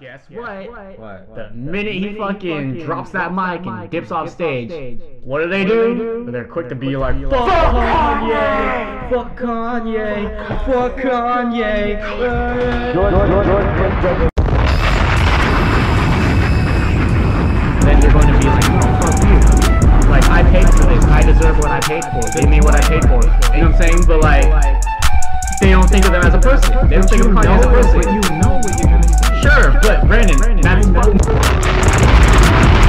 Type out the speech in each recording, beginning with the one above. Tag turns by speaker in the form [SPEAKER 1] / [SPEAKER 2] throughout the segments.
[SPEAKER 1] Guess
[SPEAKER 2] Yeah.
[SPEAKER 1] what?
[SPEAKER 3] What?
[SPEAKER 1] The
[SPEAKER 3] what?
[SPEAKER 1] minute he fucking drops that mic and dips off stage, what do they
[SPEAKER 2] do?
[SPEAKER 1] do? They're quick to be like,
[SPEAKER 2] like,
[SPEAKER 1] "Fuck
[SPEAKER 2] "Fuck
[SPEAKER 1] Kanye!"
[SPEAKER 3] Fuck Kanye! Fuck Kanye!
[SPEAKER 1] Then they're going to be like, "No, fuck you!" Like I paid for this, I deserve what I paid for. Give me what I paid for. You know what I'm saying? But like, they don't think of them as a person. They don't think of Kanye as a person.
[SPEAKER 3] know what you're gonna say.
[SPEAKER 1] Sure, but Brandon, that's fucking.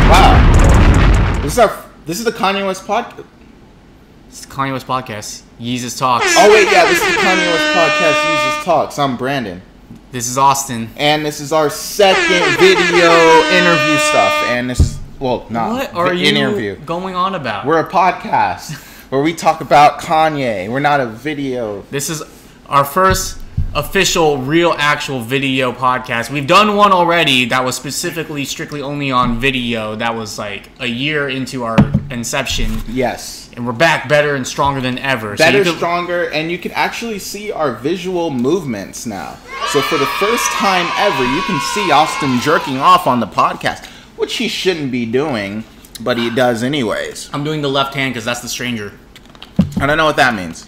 [SPEAKER 4] Wow. This is our. This is the Kanye West podcast.
[SPEAKER 5] It's the Kanye West podcast. Yeezus talks.
[SPEAKER 4] Oh wait, yeah, this is the Kanye West podcast. Jesus talks. I'm Brandon,
[SPEAKER 5] This is Austin.
[SPEAKER 4] and this is our second video interview stuff. And this is well, not
[SPEAKER 5] what are
[SPEAKER 4] vi-
[SPEAKER 5] you
[SPEAKER 4] interview.
[SPEAKER 5] going on about?
[SPEAKER 4] We're a podcast where we talk about Kanye. We're not a video.
[SPEAKER 5] this is our first official, real, actual video podcast. We've done one already that was specifically, strictly only on video. That was like a year into our inception,
[SPEAKER 4] Yes.
[SPEAKER 5] and we're back, better and stronger than ever.
[SPEAKER 4] Better,
[SPEAKER 5] could-
[SPEAKER 4] stronger, and you can actually see our visual movements now. So for the first time ever, you can see Austin jerking off on the podcast, which he shouldn't be doing, but he does anyways.
[SPEAKER 5] I'm doing the left hand because that's the stranger.
[SPEAKER 4] I don't know what that means.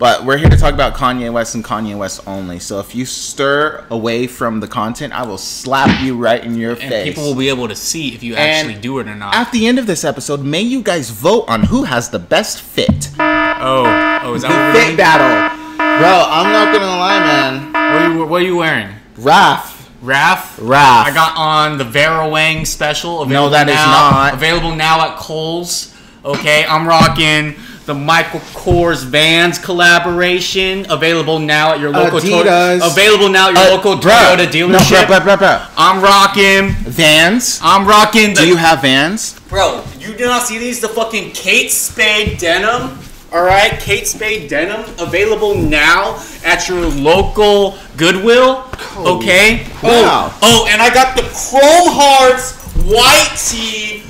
[SPEAKER 4] But we're here to talk about Kanye West and Kanye West only. So if you stir away from the content, I will slap you right in your
[SPEAKER 5] And
[SPEAKER 4] face.
[SPEAKER 5] people will be able to see if you
[SPEAKER 4] And
[SPEAKER 5] actually do it or not.
[SPEAKER 4] At the end of this episode, may you guys vote on who has the best fit.
[SPEAKER 5] oh, oh, is that what we're
[SPEAKER 4] Fit
[SPEAKER 5] doing?
[SPEAKER 4] battle. Bro, I'm not gonna lie, man.
[SPEAKER 5] What are you, what are you wearing?
[SPEAKER 4] Raph.
[SPEAKER 5] Raph?
[SPEAKER 4] Raph.
[SPEAKER 5] I got on the Vera Wang special. Available
[SPEAKER 4] that is
[SPEAKER 5] now,
[SPEAKER 4] not.
[SPEAKER 5] Available now at Kohl's. Okay, I'm rocking the Michael Kors Vans collaboration. Available now at your local
[SPEAKER 4] Adidas.
[SPEAKER 5] Toyota. Available now at your
[SPEAKER 4] Uh,
[SPEAKER 5] local
[SPEAKER 4] bro.
[SPEAKER 5] Toyota
[SPEAKER 4] No,
[SPEAKER 5] dealership.
[SPEAKER 4] bro, bro, bro, bro.
[SPEAKER 5] I'm rocking.
[SPEAKER 4] Vans.
[SPEAKER 5] I'm rocking the.
[SPEAKER 4] Do you have Vans?
[SPEAKER 5] Bro, you do not see these? The fucking Kate Spade denim. All right, Kate Spade denim available now at your local Goodwill. Okay. Oh,
[SPEAKER 4] wow.
[SPEAKER 5] oh, and I got the Chrome Hearts white tee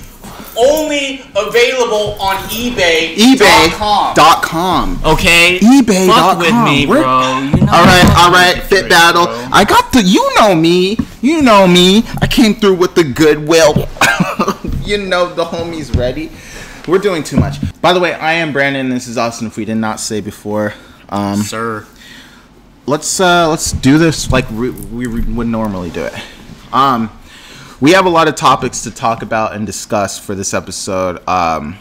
[SPEAKER 5] only available on eBay.
[SPEAKER 4] eBay.com. Dot com.
[SPEAKER 5] Okay.
[SPEAKER 4] eBay.com.
[SPEAKER 5] Fuck with me,
[SPEAKER 4] We're-
[SPEAKER 5] bro. You know
[SPEAKER 4] All right,
[SPEAKER 5] I'm
[SPEAKER 4] all right,
[SPEAKER 5] fucking
[SPEAKER 4] fit
[SPEAKER 5] great,
[SPEAKER 4] battle.
[SPEAKER 5] bro.
[SPEAKER 4] I got the. You know me. You know me. I came through with the goodwill. you know the homies ready. We're doing too much. By the way, I am Brandon. This is Austin. If we did not say before, um,
[SPEAKER 5] Sir.
[SPEAKER 4] let's uh, let's do this like we, we would normally do it. Um, we have a lot of topics to talk about and discuss for this episode. Um,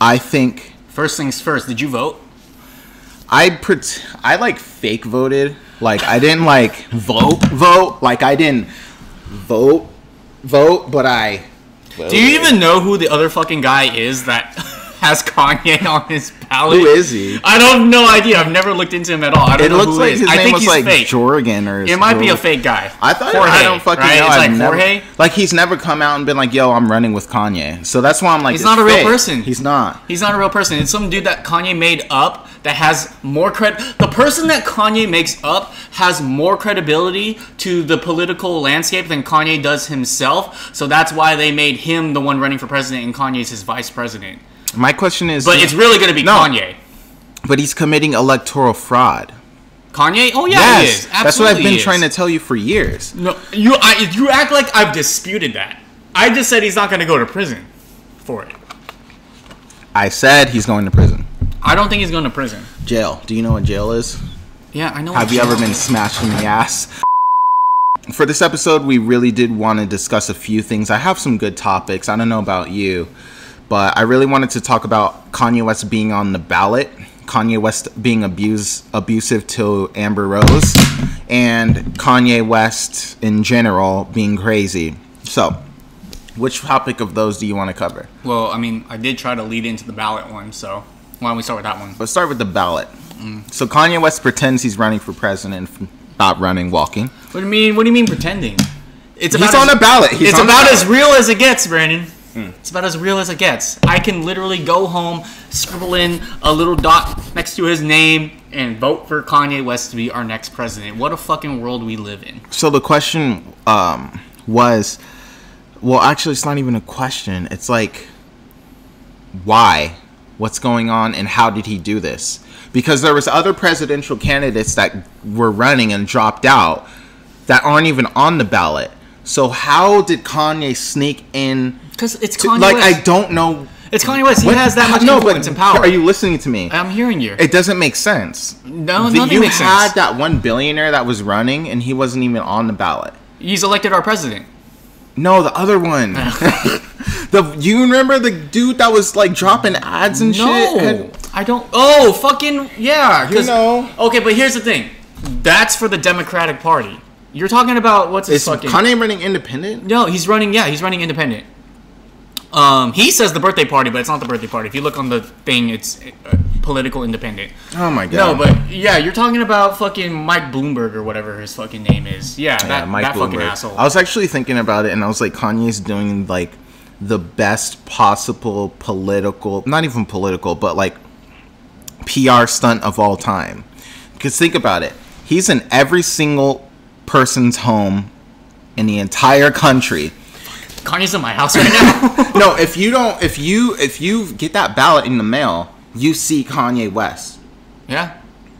[SPEAKER 4] I think
[SPEAKER 5] First things first, did you vote?
[SPEAKER 4] I pret- I like fake voted. Like I didn't like vote vote. Like I didn't vote vote, but I.
[SPEAKER 5] Do you even know who the other fucking guy is that has Kanye on his ballot?
[SPEAKER 4] Who is he?
[SPEAKER 5] I don't have no idea. I've never looked into him at all. I don't
[SPEAKER 4] It
[SPEAKER 5] know
[SPEAKER 4] looks
[SPEAKER 5] who
[SPEAKER 4] like
[SPEAKER 5] he is.
[SPEAKER 4] his
[SPEAKER 5] I
[SPEAKER 4] name
[SPEAKER 5] think
[SPEAKER 4] was
[SPEAKER 5] he's
[SPEAKER 4] like
[SPEAKER 5] fake.
[SPEAKER 4] Jorgen or.
[SPEAKER 5] It might be a
[SPEAKER 4] Jorgen.
[SPEAKER 5] fake guy.
[SPEAKER 4] I thought
[SPEAKER 5] Jorge,
[SPEAKER 4] I don't fucking
[SPEAKER 5] right?
[SPEAKER 4] know.
[SPEAKER 5] It's
[SPEAKER 4] I've
[SPEAKER 5] like
[SPEAKER 4] never-
[SPEAKER 5] Jorge.
[SPEAKER 4] Like he's never come out and been like, "Yo, I'm running with Kanye." So that's why I'm like,
[SPEAKER 5] He's
[SPEAKER 4] it's
[SPEAKER 5] not a real
[SPEAKER 4] fake.
[SPEAKER 5] person.
[SPEAKER 4] He's not.
[SPEAKER 5] He's not a real person. It's some dude that Kanye made up that has more cred. The person that Kanye makes up has more credibility to the political landscape than Kanye does himself. So that's why they made him the one running for president and Kanye's his vice president.
[SPEAKER 4] My question is,
[SPEAKER 5] But it's really going to be
[SPEAKER 4] No.
[SPEAKER 5] Kanye.
[SPEAKER 4] but he's committing electoral fraud.
[SPEAKER 5] Kanye? Oh yeah, he is. Absolutely
[SPEAKER 4] that's what I've been
[SPEAKER 5] he is.
[SPEAKER 4] trying to tell you for years.
[SPEAKER 5] No, you I, you act like I've disputed that. I just said he's not going to go to prison for it.
[SPEAKER 4] I said he's going to prison,
[SPEAKER 5] I don't think he's going to prison.
[SPEAKER 4] jail. Do you know what jail is?
[SPEAKER 5] Yeah, I know.
[SPEAKER 4] Have you ever been smashed in the ass? For this episode, we really did want to discuss a few things. I have some good topics. I don't know about you, but I really wanted to talk about Kanye West being on the ballot, Kanye West being abuse, abusive to Amber Rose, and Kanye West in general being crazy. So, which topic of those do you want to cover?
[SPEAKER 5] Well, I mean, I did try to lead into the ballot one, so why don't we start with that one?
[SPEAKER 4] Let's start with the ballot. So, Kanye West pretends he's running for president, not running, walking.
[SPEAKER 5] What do you mean? What do you mean pretending? It's
[SPEAKER 4] He's on
[SPEAKER 5] as-
[SPEAKER 4] a ballot. He's
[SPEAKER 5] it's
[SPEAKER 4] on a
[SPEAKER 5] about
[SPEAKER 4] ballot. Hmm.
[SPEAKER 5] as real as it gets, Brandon. It's about as real as it gets. I can literally go home, scribble in a little dot next to his name, and vote for Kanye West to be our next president. What a fucking world we live in.
[SPEAKER 4] So the question um, was, well, actually, it's not even a question. It's like, why? What's going on, and how did he do this? Because there was other presidential candidates that were running and dropped out that aren't even on the ballot. So how did Kanye sneak in?
[SPEAKER 5] Because it's
[SPEAKER 4] to-
[SPEAKER 5] Kanye
[SPEAKER 4] like
[SPEAKER 5] West.
[SPEAKER 4] I don't know.
[SPEAKER 5] it's Kanye West. He
[SPEAKER 4] what-
[SPEAKER 5] has that much
[SPEAKER 4] no,
[SPEAKER 5] influence
[SPEAKER 4] but
[SPEAKER 5] and power.
[SPEAKER 4] Are you listening to me?
[SPEAKER 5] I'm hearing you.
[SPEAKER 4] It doesn't make sense.
[SPEAKER 5] Oh, No,
[SPEAKER 4] That
[SPEAKER 5] nothing
[SPEAKER 4] you
[SPEAKER 5] makes sense.
[SPEAKER 4] had that one billionaire that was running, and he wasn't even on the ballot.
[SPEAKER 5] He's elected our president.
[SPEAKER 4] No, the other one.
[SPEAKER 5] Oh.
[SPEAKER 4] the you remember the dude that was like dropping ads and
[SPEAKER 5] No,
[SPEAKER 4] shit? And-
[SPEAKER 5] I don't. Oh, fucking yeah. 'cause-
[SPEAKER 4] You know.
[SPEAKER 5] Okay, but here's the thing. That's for the Democratic Party. You're talking about what's his
[SPEAKER 4] Is
[SPEAKER 5] fucking.
[SPEAKER 4] Kanye running independent?
[SPEAKER 5] no, he's running. Yeah, he's running independent. Um, he says the birthday party, but it's not the birthday party. If you look on the thing, it's uh, political independent.
[SPEAKER 4] Oh my god.
[SPEAKER 5] No, but yeah, you're talking about fucking Mike Bloomberg or whatever his fucking name is. Yeah,
[SPEAKER 4] Yeah,
[SPEAKER 5] that,
[SPEAKER 4] Mike
[SPEAKER 5] that fucking
[SPEAKER 4] Bloomberg.
[SPEAKER 5] asshole.
[SPEAKER 4] I was actually thinking about it, and I was like, Kanye's doing like the best possible political, not even political, but like PR stunt of all time. Because think about it, he's in every single person's home in the entire country.
[SPEAKER 5] Kanye's in my house right now.
[SPEAKER 4] no, if you don't, if you if you get that ballot in the mail, you see Kanye West.
[SPEAKER 5] yeah,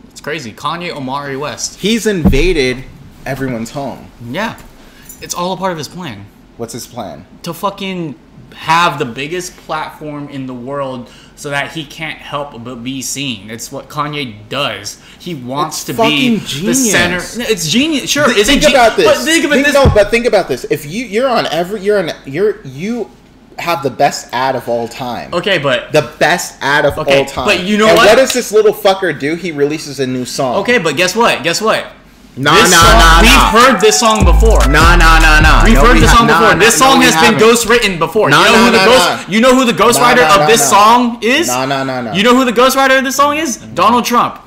[SPEAKER 5] it's crazy. Kanye Omari West.
[SPEAKER 4] He's invaded everyone's home.
[SPEAKER 5] Yeah, it's all a part of his plan.
[SPEAKER 4] What's his plan?
[SPEAKER 5] to fucking have the biggest platform in the world so that he can't help but be seen. It's what Kanye does. He wants
[SPEAKER 4] It's
[SPEAKER 5] to be
[SPEAKER 4] fucking
[SPEAKER 5] the
[SPEAKER 4] genius.
[SPEAKER 5] center. No, It's genius. Sure, is
[SPEAKER 4] think
[SPEAKER 5] it gen-
[SPEAKER 4] about this.
[SPEAKER 5] But think about this.
[SPEAKER 4] No, but think about this. If you you're on every you're on you're you have the best ad of all time.
[SPEAKER 5] Okay, but
[SPEAKER 4] The best ad of
[SPEAKER 5] Okay,
[SPEAKER 4] all time.
[SPEAKER 5] but you know
[SPEAKER 4] And
[SPEAKER 5] what?
[SPEAKER 4] does this little fucker do? He releases a new song.
[SPEAKER 5] okay, but guess what? Guess what?
[SPEAKER 4] Nah,
[SPEAKER 5] This
[SPEAKER 4] nah,
[SPEAKER 5] song-
[SPEAKER 4] nah,
[SPEAKER 5] we've
[SPEAKER 4] nah.
[SPEAKER 5] heard this song before.
[SPEAKER 4] Nah, nah, nah, nah.
[SPEAKER 5] We've
[SPEAKER 4] No,
[SPEAKER 5] heard
[SPEAKER 4] we
[SPEAKER 5] this
[SPEAKER 4] ha-
[SPEAKER 5] song
[SPEAKER 4] nah,
[SPEAKER 5] before.
[SPEAKER 4] nah,
[SPEAKER 5] this
[SPEAKER 4] no,
[SPEAKER 5] song
[SPEAKER 4] we
[SPEAKER 5] has been
[SPEAKER 4] haven't.
[SPEAKER 5] ghostwritten before.
[SPEAKER 4] Nah,
[SPEAKER 5] you know
[SPEAKER 4] nah,
[SPEAKER 5] who the
[SPEAKER 4] nah,
[SPEAKER 5] ghost
[SPEAKER 4] nah.
[SPEAKER 5] you know who the ghostwriter
[SPEAKER 4] Nah, nah,
[SPEAKER 5] of this
[SPEAKER 4] nah, nah.
[SPEAKER 5] song is?
[SPEAKER 4] Nah, nah, nah, Mm-hmm. nah.
[SPEAKER 5] You know who the ghostwriter of this song is? Donald Trump.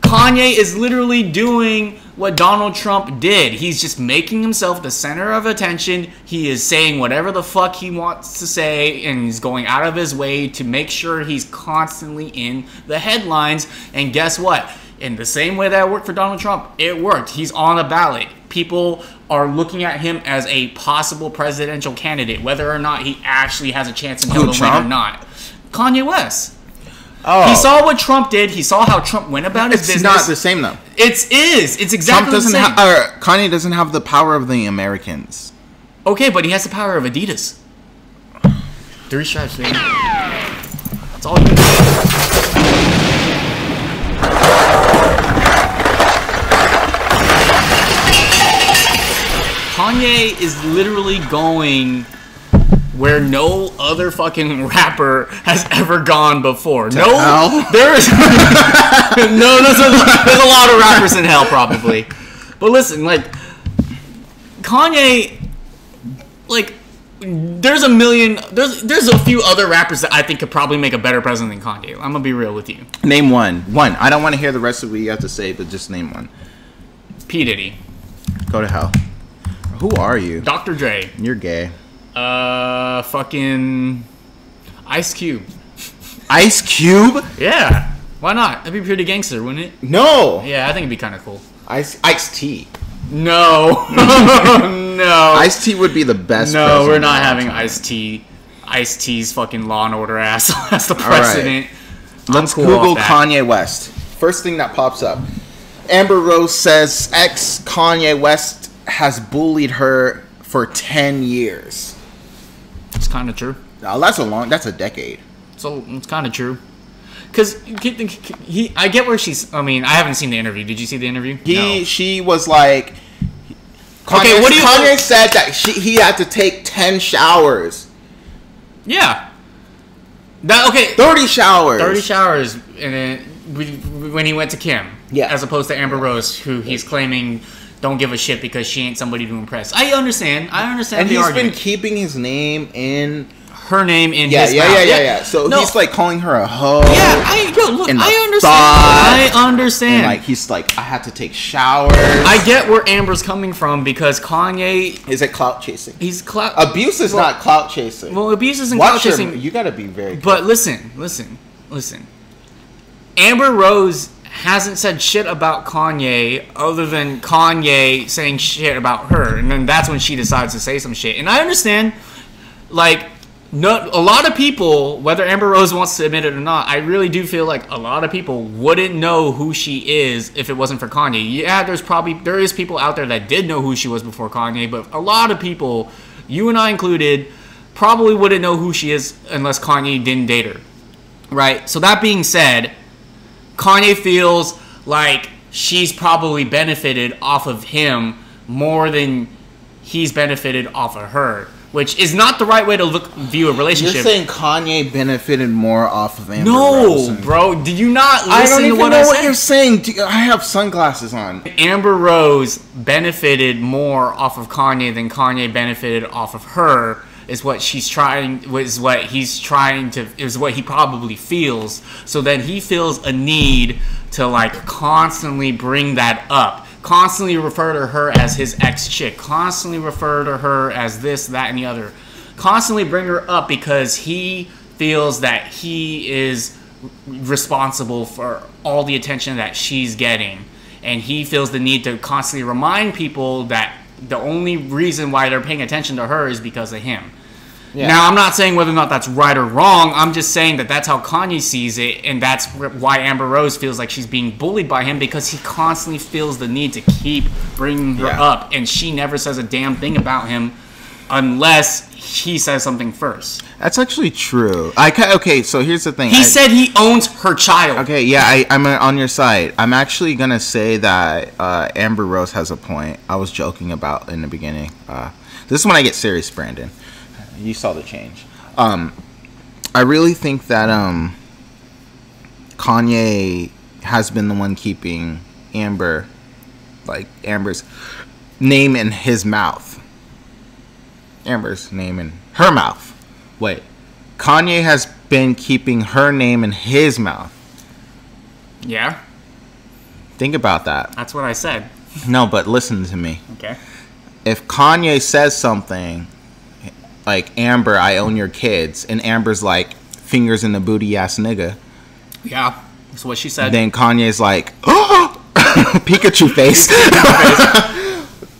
[SPEAKER 5] Kanye is literally doing what Donald Trump did. He's just making himself the center of attention. He is saying whatever the fuck he wants to say and he's going out of his way to make sure he's constantly in the headlines. And guess what? In the same way that it worked for Donald Trump, it worked. He's on a ballot. People are looking at him as a possible presidential candidate, whether or not he actually has a chance in hell to win
[SPEAKER 4] Trump?
[SPEAKER 5] or not. Kanye West.
[SPEAKER 4] Oh,
[SPEAKER 5] He saw what Trump did. He saw how Trump went about his
[SPEAKER 4] it's
[SPEAKER 5] business.
[SPEAKER 4] not the same though.
[SPEAKER 5] It's is. It's exactly
[SPEAKER 4] Trump doesn't
[SPEAKER 5] the same.
[SPEAKER 4] have, or Kanye doesn't have the power of the Americans.
[SPEAKER 5] okay, but he has the power of Adidas. Three stripes, baby. That's all. He Kanye is literally going where no other fucking rapper has ever gone before. no,
[SPEAKER 4] hell?
[SPEAKER 5] there is no. There's a, there's a lot of rappers in hell probably, but listen, like Kanye, like there's a million. There's there's a few other rappers that I think could probably make a better president than Kanye. I'm gonna be real with you.
[SPEAKER 4] Name one. One. I don't want to hear the rest of what you have to say, but just name one.
[SPEAKER 5] P Diddy,
[SPEAKER 4] Go to hell. Who are you?
[SPEAKER 5] Dr. Dre,
[SPEAKER 4] You're gay.
[SPEAKER 5] uh, fucking Ice Cube.
[SPEAKER 4] Ice Cube?
[SPEAKER 5] Yeah. Why not? That'd be pretty gangster, wouldn't it?
[SPEAKER 4] No.
[SPEAKER 5] Yeah, I think it'd be kind of cool.
[SPEAKER 4] Ice Ice T.
[SPEAKER 5] No. no.
[SPEAKER 4] Ice T would be the best.
[SPEAKER 5] no,
[SPEAKER 4] president
[SPEAKER 5] we're
[SPEAKER 4] of all
[SPEAKER 5] not having
[SPEAKER 4] time.
[SPEAKER 5] Ice T. Ice T's fucking Law and Order ass as the
[SPEAKER 4] right.
[SPEAKER 5] president.
[SPEAKER 4] Let's
[SPEAKER 5] cool
[SPEAKER 4] Google
[SPEAKER 5] off that.
[SPEAKER 4] Kanye West. First thing that pops up. Amber Rose says ex Kanye West has bullied her for ten years.
[SPEAKER 5] It's kind of true.
[SPEAKER 4] Now that's a long. That's a decade.
[SPEAKER 5] So it's kind of true. Cause he, I get where she's. I mean, I haven't seen the interview. Did you see the interview?
[SPEAKER 4] He
[SPEAKER 5] No.
[SPEAKER 4] she was like. Kanye,
[SPEAKER 5] Okay, what do you-
[SPEAKER 4] Kanye said that she, he had to take ten showers,
[SPEAKER 5] Yeah. That okay.
[SPEAKER 4] thirty showers.
[SPEAKER 5] Thirty showers, and then we- when he went to Kim,
[SPEAKER 4] Yeah.
[SPEAKER 5] as opposed to Amber Rose, who he's claiming don't give a shit because she ain't somebody to impress. I understand. I understand
[SPEAKER 4] and
[SPEAKER 5] the
[SPEAKER 4] he's
[SPEAKER 5] argument.
[SPEAKER 4] been keeping his name in.
[SPEAKER 5] Her name in
[SPEAKER 4] Yeah,
[SPEAKER 5] his
[SPEAKER 4] yeah,
[SPEAKER 5] mouth.
[SPEAKER 4] yeah, yeah, yeah. So
[SPEAKER 5] no,
[SPEAKER 4] he's like calling her a hoe.
[SPEAKER 5] yeah. I yo, look, I
[SPEAKER 4] in the
[SPEAKER 5] understand.
[SPEAKER 4] thought,
[SPEAKER 5] I understand.
[SPEAKER 4] And like he's like, I had to take showers.
[SPEAKER 5] I get where Amber's coming from because Kanye,
[SPEAKER 4] Is it clout chasing?
[SPEAKER 5] he's clout.
[SPEAKER 4] Abuse is not clout chasing.
[SPEAKER 5] well, abuse isn't clout
[SPEAKER 4] Watch your-
[SPEAKER 5] chasing.
[SPEAKER 4] You gotta be very.
[SPEAKER 5] But listen, listen, listen. Amber Rose hasn't said shit about Kanye other than Kanye saying shit about her. And then that's when she decides to say some shit. And I understand, like, no, a lot of people, whether Amber Rose wants to admit it or not, I really do feel like a lot of people wouldn't know who she is if it wasn't for Kanye. Yeah, there's probably there is people out there that did know who she was before Kanye, but a lot of people, you and I included, probably wouldn't know who she is unless Kanye didn't date her. Right? So that being said, Kanye feels like she's probably benefited off of him more than he's benefited off of her, which is not the right way to look view a
[SPEAKER 4] You're
[SPEAKER 5] relationship.
[SPEAKER 4] saying Kanye benefited more off of Amber
[SPEAKER 5] no,
[SPEAKER 4] Rose? and-
[SPEAKER 5] bro. Did you not
[SPEAKER 4] I
[SPEAKER 5] listen
[SPEAKER 4] don't
[SPEAKER 5] to
[SPEAKER 4] even
[SPEAKER 5] what
[SPEAKER 4] know
[SPEAKER 5] I
[SPEAKER 4] what
[SPEAKER 5] said?
[SPEAKER 4] you're saying. dude. I have sunglasses on.
[SPEAKER 5] Amber Rose benefited more off of Kanye than Kanye benefited off of her is what she's trying was what he's trying to is what he probably feels so then he feels a need to like constantly bring that up constantly refer to her as his ex chick constantly refer to her as this that and the other constantly bring her up because he feels that he is responsible for all the attention that she's getting and he feels the need to constantly remind people that the only reason why they're paying attention to her is because of him
[SPEAKER 4] Yeah.
[SPEAKER 5] now i'm not saying whether or not that's right or wrong i'm just saying that that's how kanye sees it and that's wh- why amber rose feels like she's being bullied by him because he constantly feels the need to keep bringing her
[SPEAKER 4] Yeah.
[SPEAKER 5] up and she never says a damn thing about him unless he says something first
[SPEAKER 4] That's actually true. I ca- okay. So here's the thing.
[SPEAKER 5] he
[SPEAKER 4] I-
[SPEAKER 5] said he owns her child.
[SPEAKER 4] Okay, yeah, I, I'm uh, on your side. I'm actually gonna say that uh, Amber Rose has a point. I was joking about in the beginning. Uh, this is when I get serious, Brandon. You saw the change. Um, I really think that um, Kanye has been the one keeping Amber, like Amber's name in his mouth. Amber's name in her mouth. Wait, Kanye has been keeping her name in his mouth.
[SPEAKER 5] Yeah,
[SPEAKER 4] Think about that.
[SPEAKER 5] that's what I said.
[SPEAKER 4] No, but listen to me.
[SPEAKER 5] Okay.
[SPEAKER 4] If Kanye says something like Amber, I own your kids, and Amber's like fingers in the booty ass nigga,
[SPEAKER 5] Yeah, that's what she said.
[SPEAKER 4] then Kanye's like Pikachu face.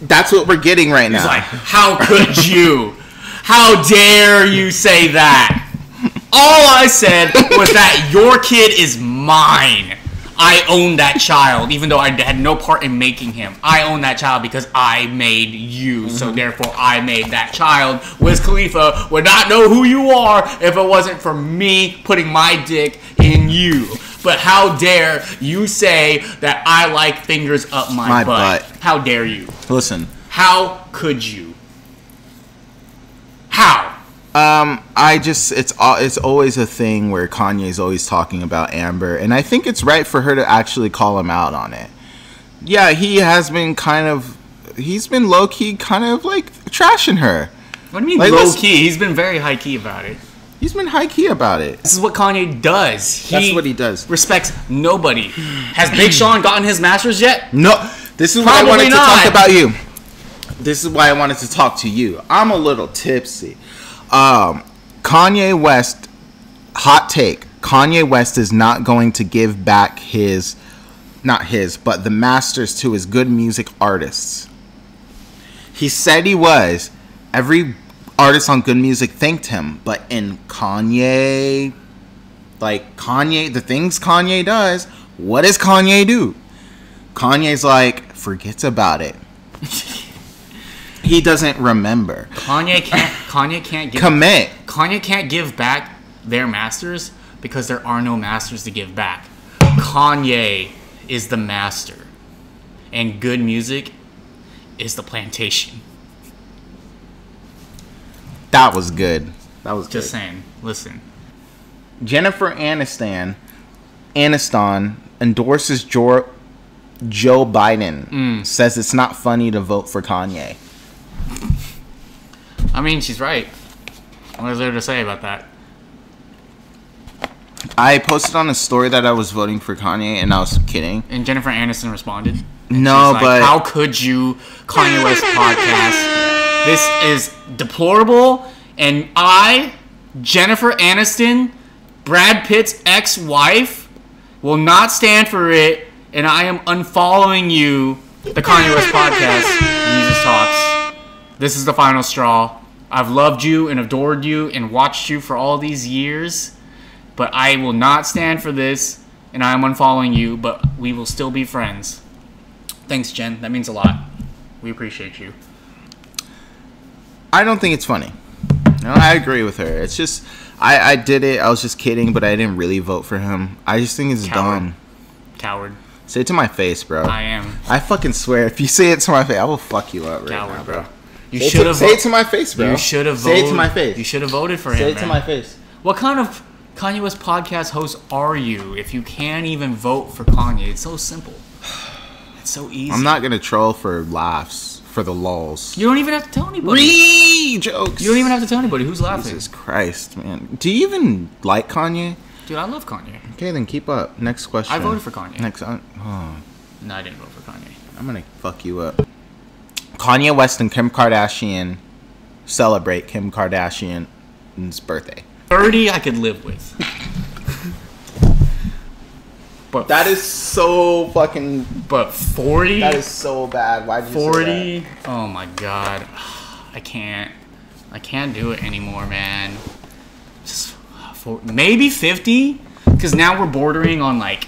[SPEAKER 4] That's what we're getting right now.
[SPEAKER 5] It's like, how could you? How dare you say that? All I said was that your kid is mine. I own that child, even though I had no part in making him. I own that child because I made you, so therefore I made that child. Wiz Khalifa would not know who you are if it wasn't for me putting my dick in you. But how dare you say that I like fingers up my,
[SPEAKER 4] My
[SPEAKER 5] butt?
[SPEAKER 4] butt.
[SPEAKER 5] How dare you?
[SPEAKER 4] listen.
[SPEAKER 5] How could you? How?
[SPEAKER 4] Um, I just it's al- it's always a thing where Kanye's always talking about Amber, and I think it's right for her to actually call him out on it. Yeah, he has been kind of he's been low key kind of like trashing her.
[SPEAKER 5] What do you mean
[SPEAKER 4] Like,
[SPEAKER 5] low
[SPEAKER 4] let's-
[SPEAKER 5] key? He's been very high key about it.
[SPEAKER 4] He's been high key about it.
[SPEAKER 5] This is what Kanye does. He
[SPEAKER 4] That's what he does.
[SPEAKER 5] Respects nobody. Has Big Sean gotten his masters yet?
[SPEAKER 4] No, this is
[SPEAKER 5] Probably
[SPEAKER 4] what I wanted to
[SPEAKER 5] not.
[SPEAKER 4] talk about you. This is why I wanted to talk to you. I'm a little tipsy. Um, Kanye West, hot take. Kanye West is not going to give back his, not his, but the masters to his good music artists. He said he was. Every artist on Good Music thanked him, but in Kanye, like Kanye, the things Kanye does, what does Kanye do? Kanye's like, forgets about it. he doesn't remember.
[SPEAKER 5] Kanye can't. Kanye can't give.
[SPEAKER 4] Commit.
[SPEAKER 5] Kanye can't give back their masters because there are no masters to give back. Kanye is the master, and good music is the plantation.
[SPEAKER 4] That was good. That was
[SPEAKER 5] Just
[SPEAKER 4] good.
[SPEAKER 5] saying. Listen.
[SPEAKER 4] Jennifer Aniston, Aniston endorses jo- Joe Biden.
[SPEAKER 5] Mm.
[SPEAKER 4] Says it's not funny to vote for Kanye.
[SPEAKER 5] I mean, she's right. What is there to say about that?
[SPEAKER 4] I posted on a story that I was voting for Kanye, and I was kidding.
[SPEAKER 5] And Jennifer Aniston responded.
[SPEAKER 4] No,
[SPEAKER 5] She's like,
[SPEAKER 4] but
[SPEAKER 5] how could you, Kanye West podcast? This is deplorable. And I, Jennifer Aniston, Brad Pitt's ex-wife, will not stand for it. And I am unfollowing you, the Kanye West podcast. Jesus talks. This is the final straw. I've loved you and adored you and watched you for all these years, but I will not stand for this, and I am unfollowing you, but we will still be friends. Thanks, Jen. That means a lot. We appreciate you.
[SPEAKER 4] I don't think it's funny. No, I agree with her. It's just I, I did it. I was just kidding, but I didn't really vote for him. I just think it's
[SPEAKER 5] Coward.
[SPEAKER 4] dumb.
[SPEAKER 5] Coward.
[SPEAKER 4] Say it to my face, bro.
[SPEAKER 5] I
[SPEAKER 4] I,
[SPEAKER 5] am.
[SPEAKER 4] fucking swear. If you say it to my face, I will fuck you up right now,
[SPEAKER 5] Coward,
[SPEAKER 4] bro.
[SPEAKER 5] bro. You
[SPEAKER 4] Say it to-
[SPEAKER 5] should have
[SPEAKER 4] say it to my face, bro.
[SPEAKER 5] You should have
[SPEAKER 4] say
[SPEAKER 5] voted.
[SPEAKER 4] it to my face.
[SPEAKER 5] You should have voted for
[SPEAKER 4] say
[SPEAKER 5] him.
[SPEAKER 4] it to
[SPEAKER 5] man.
[SPEAKER 4] my face.
[SPEAKER 5] What kind of Kanye West podcast host are you if you can't even vote for Kanye? It's so simple. It's so easy.
[SPEAKER 4] I'm not gonna troll for laughs for the lulls.
[SPEAKER 5] You don't even have to tell anybody.
[SPEAKER 4] Re jokes.
[SPEAKER 5] You don't even have to tell anybody who's laughing.
[SPEAKER 4] Jesus Christ, man. Do you even like Kanye?
[SPEAKER 5] Dude, I love Kanye.
[SPEAKER 4] Okay, then keep up. Next question.
[SPEAKER 5] I voted for Kanye.
[SPEAKER 4] Next. uh, Oh,
[SPEAKER 5] No, I didn't vote for Kanye.
[SPEAKER 4] I'm gonna fuck you up. Kanye West and Kim Kardashian celebrate Kim Kardashian's birthday.
[SPEAKER 5] 30 I could live with. but
[SPEAKER 4] That is so fucking.
[SPEAKER 5] but 40?
[SPEAKER 4] That is so bad. Why did you 40?
[SPEAKER 5] 40? Oh my god. I can't. I can't do it anymore, man. Just for, maybe 50? Because now we're bordering on like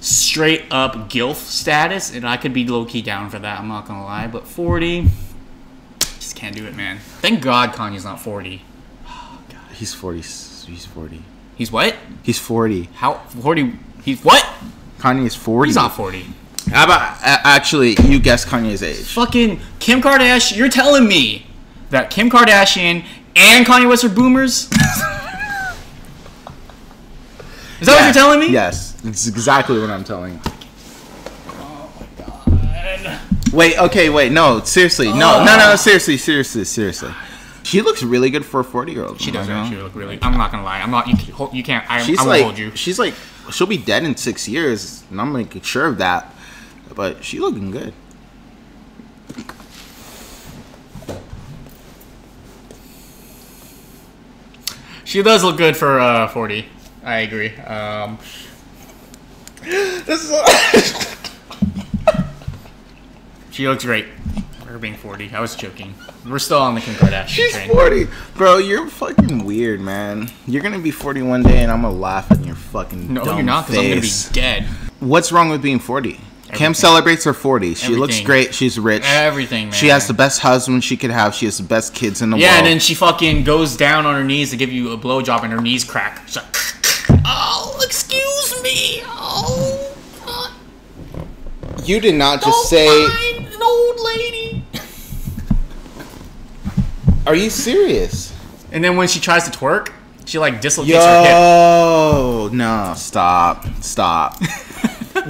[SPEAKER 5] straight up GILF status, and I could be low key down for that, I'm not gonna lie. But 40? Just can't do it, man. Thank God Kanye's not 40.
[SPEAKER 4] He's 40. He's 40.
[SPEAKER 5] He's what?
[SPEAKER 4] He's 40.
[SPEAKER 5] How? 40? He's what?
[SPEAKER 4] Kanye is 40.
[SPEAKER 5] He's not 40.
[SPEAKER 4] How about a- actually? You guess Kanye's age.
[SPEAKER 5] Fucking Kim Kardashian, you're telling me that Kim Kardashian and Kanye West are boomers? Is that what you're telling me?
[SPEAKER 4] Yes, it's exactly what I'm telling. Oh my
[SPEAKER 5] Oh
[SPEAKER 4] god. Wait, okay, wait, no, seriously, no,
[SPEAKER 5] Oh.
[SPEAKER 4] no, no, no, seriously, seriously, seriously. She looks really good for a forty-year-old.
[SPEAKER 5] She does actually look really. I'm not gonna lie. I'm not. You can, hold- you can't. I,
[SPEAKER 4] She's
[SPEAKER 5] I won't
[SPEAKER 4] like,
[SPEAKER 5] hold you.
[SPEAKER 4] she's like, she'll be dead in six years, and I'm making sure of that. But she looking good.
[SPEAKER 5] She does look good for uh, 40. I agree. Um,
[SPEAKER 4] This is
[SPEAKER 5] she looks great. for Her being 40. I was joking. We're still on the Kim Kardashian
[SPEAKER 4] she's
[SPEAKER 5] train.
[SPEAKER 4] forty, bro. You're fucking weird, man. You're gonna be forty one day, and I'm gonna laugh at your fucking
[SPEAKER 5] No,
[SPEAKER 4] dumb
[SPEAKER 5] you're not, because I'm gonna be
[SPEAKER 4] face.
[SPEAKER 5] dead.
[SPEAKER 4] What's wrong with being 40?
[SPEAKER 5] Everything.
[SPEAKER 4] Kim celebrates her 40. She looks
[SPEAKER 5] Everything.
[SPEAKER 4] great. She's rich.
[SPEAKER 5] Everything, man.
[SPEAKER 4] She has the best husband she could have. She has the best kids in the
[SPEAKER 5] Yeah,
[SPEAKER 4] world.
[SPEAKER 5] and then she fucking goes down on her knees to give you a blowjob, and her knees crack. She's like, oh, excuse me. Oh, uh,
[SPEAKER 4] you did not just
[SPEAKER 5] don't
[SPEAKER 4] say.
[SPEAKER 5] mind an old lady.
[SPEAKER 4] Are you serious?
[SPEAKER 5] And then when she tries to twerk, she like dislocates her hip.
[SPEAKER 4] Yo, no, stop, stop.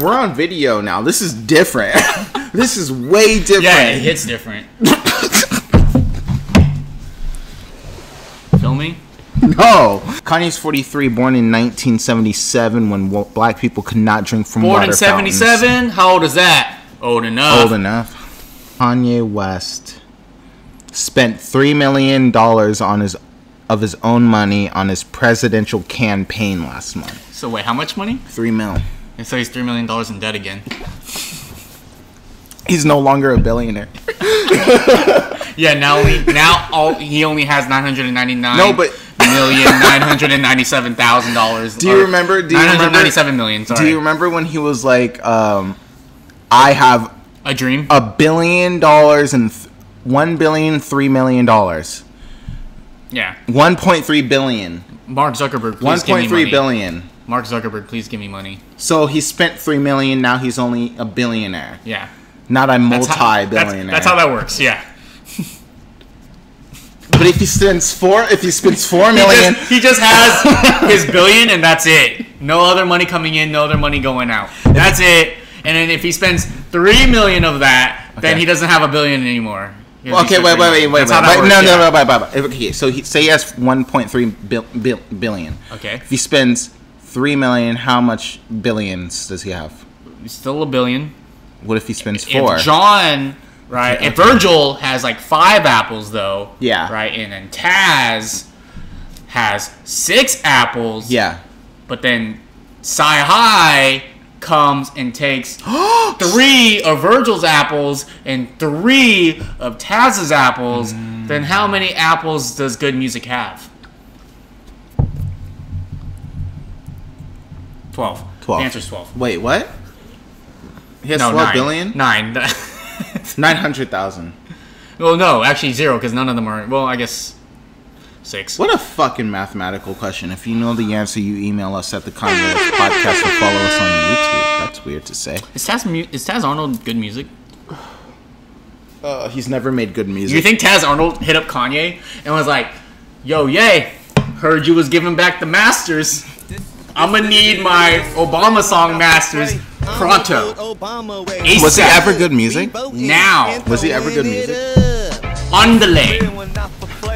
[SPEAKER 4] We're on video now. This is different. this is way different.
[SPEAKER 5] Yeah, it hits different. Feel me?
[SPEAKER 4] No, Oh. Kanye's 43, born in 1977, when wo- black people could not drink from
[SPEAKER 5] Born
[SPEAKER 4] water
[SPEAKER 5] in
[SPEAKER 4] fountains.
[SPEAKER 5] '77. How old is that? Old enough.
[SPEAKER 4] old enough. Kanye West spent three million dollars on his of his own money on his presidential campaign last month.
[SPEAKER 5] So wait, how much money?
[SPEAKER 4] Three mil.
[SPEAKER 5] And so he's three million dollars in debt again.
[SPEAKER 4] He's no longer a billionaire.
[SPEAKER 5] Yeah, now we now all he only has nine hundred and ninety nine.
[SPEAKER 4] No, but-
[SPEAKER 5] million nine hundred and ninety seven thousand dollars.
[SPEAKER 4] Do you remember- do you
[SPEAKER 5] Nine
[SPEAKER 4] remember-
[SPEAKER 5] hundred ninety seven million. Sorry,
[SPEAKER 4] Do you remember when he was like, um, "I have
[SPEAKER 5] a dream.
[SPEAKER 4] a billion dollars and th- one billion, three million dollars,
[SPEAKER 5] yeah,
[SPEAKER 4] one point three billion,
[SPEAKER 5] Mark Zuckerberg. Please
[SPEAKER 4] one
[SPEAKER 5] give me
[SPEAKER 4] point three
[SPEAKER 5] money.
[SPEAKER 4] billion."
[SPEAKER 5] Mark Zuckerberg, please give me money.
[SPEAKER 4] So he spent three million. Now he's only a billionaire,
[SPEAKER 5] Yeah,
[SPEAKER 4] not a
[SPEAKER 5] That's how- that's-
[SPEAKER 4] multi-billionaire.
[SPEAKER 5] That's, how that works. Yeah,
[SPEAKER 4] But if he spends four, if he spends four
[SPEAKER 5] he
[SPEAKER 4] million,
[SPEAKER 5] just, he just has his billion and that's it. No other money coming in, no other money going out. That's it. And then if he spends three million of that, then
[SPEAKER 4] Okay.
[SPEAKER 5] he doesn't have a billion anymore. He has
[SPEAKER 4] okay,
[SPEAKER 5] just
[SPEAKER 4] wait,
[SPEAKER 5] three
[SPEAKER 4] wait, wait,
[SPEAKER 5] million.
[SPEAKER 4] wait, wait,
[SPEAKER 5] That's how that
[SPEAKER 4] wait,
[SPEAKER 5] works,
[SPEAKER 4] no,
[SPEAKER 5] yeah.
[SPEAKER 4] no, no, wait, wait, wait. Okay, so he say he has one point three bil- bil- billion.
[SPEAKER 5] Okay.
[SPEAKER 4] If he spends three million, how much billions does he have?
[SPEAKER 5] Still a billion.
[SPEAKER 4] What if he spends four?
[SPEAKER 5] If John, right? If Virgil has like five apples though,
[SPEAKER 4] Yeah.
[SPEAKER 5] right, and then Taz has six apples,
[SPEAKER 4] yeah.
[SPEAKER 5] But then Sci High comes and takes three of Virgil's apples and three of Taz's apples,
[SPEAKER 4] Mm.
[SPEAKER 5] then how many apples does good music have? 12.
[SPEAKER 4] 12.
[SPEAKER 5] The answer's 12.
[SPEAKER 4] Wait, what? He has
[SPEAKER 5] No,
[SPEAKER 4] twelve
[SPEAKER 5] nine.
[SPEAKER 4] billion?
[SPEAKER 5] Nine.
[SPEAKER 4] 900,000.
[SPEAKER 5] well, no, actually zero, because none of them are. Well, I guess six.
[SPEAKER 4] What a fucking mathematical question. If you know the answer, you email us at the Kanye West Podcast or follow us on YouTube. That's weird to say.
[SPEAKER 5] Is Taz, mu- is Taz Arnold good music?
[SPEAKER 4] Uh, he's never made good music.
[SPEAKER 5] You think Taz Arnold hit up Kanye and was like, "Yo, yay, heard you was giving back the masters. I'ma need my Obama song masters pronto."
[SPEAKER 2] Pronto.
[SPEAKER 4] Was he
[SPEAKER 5] ASAP.
[SPEAKER 4] ever good music?
[SPEAKER 5] Now.
[SPEAKER 4] Was he ever good music?
[SPEAKER 5] On the lane.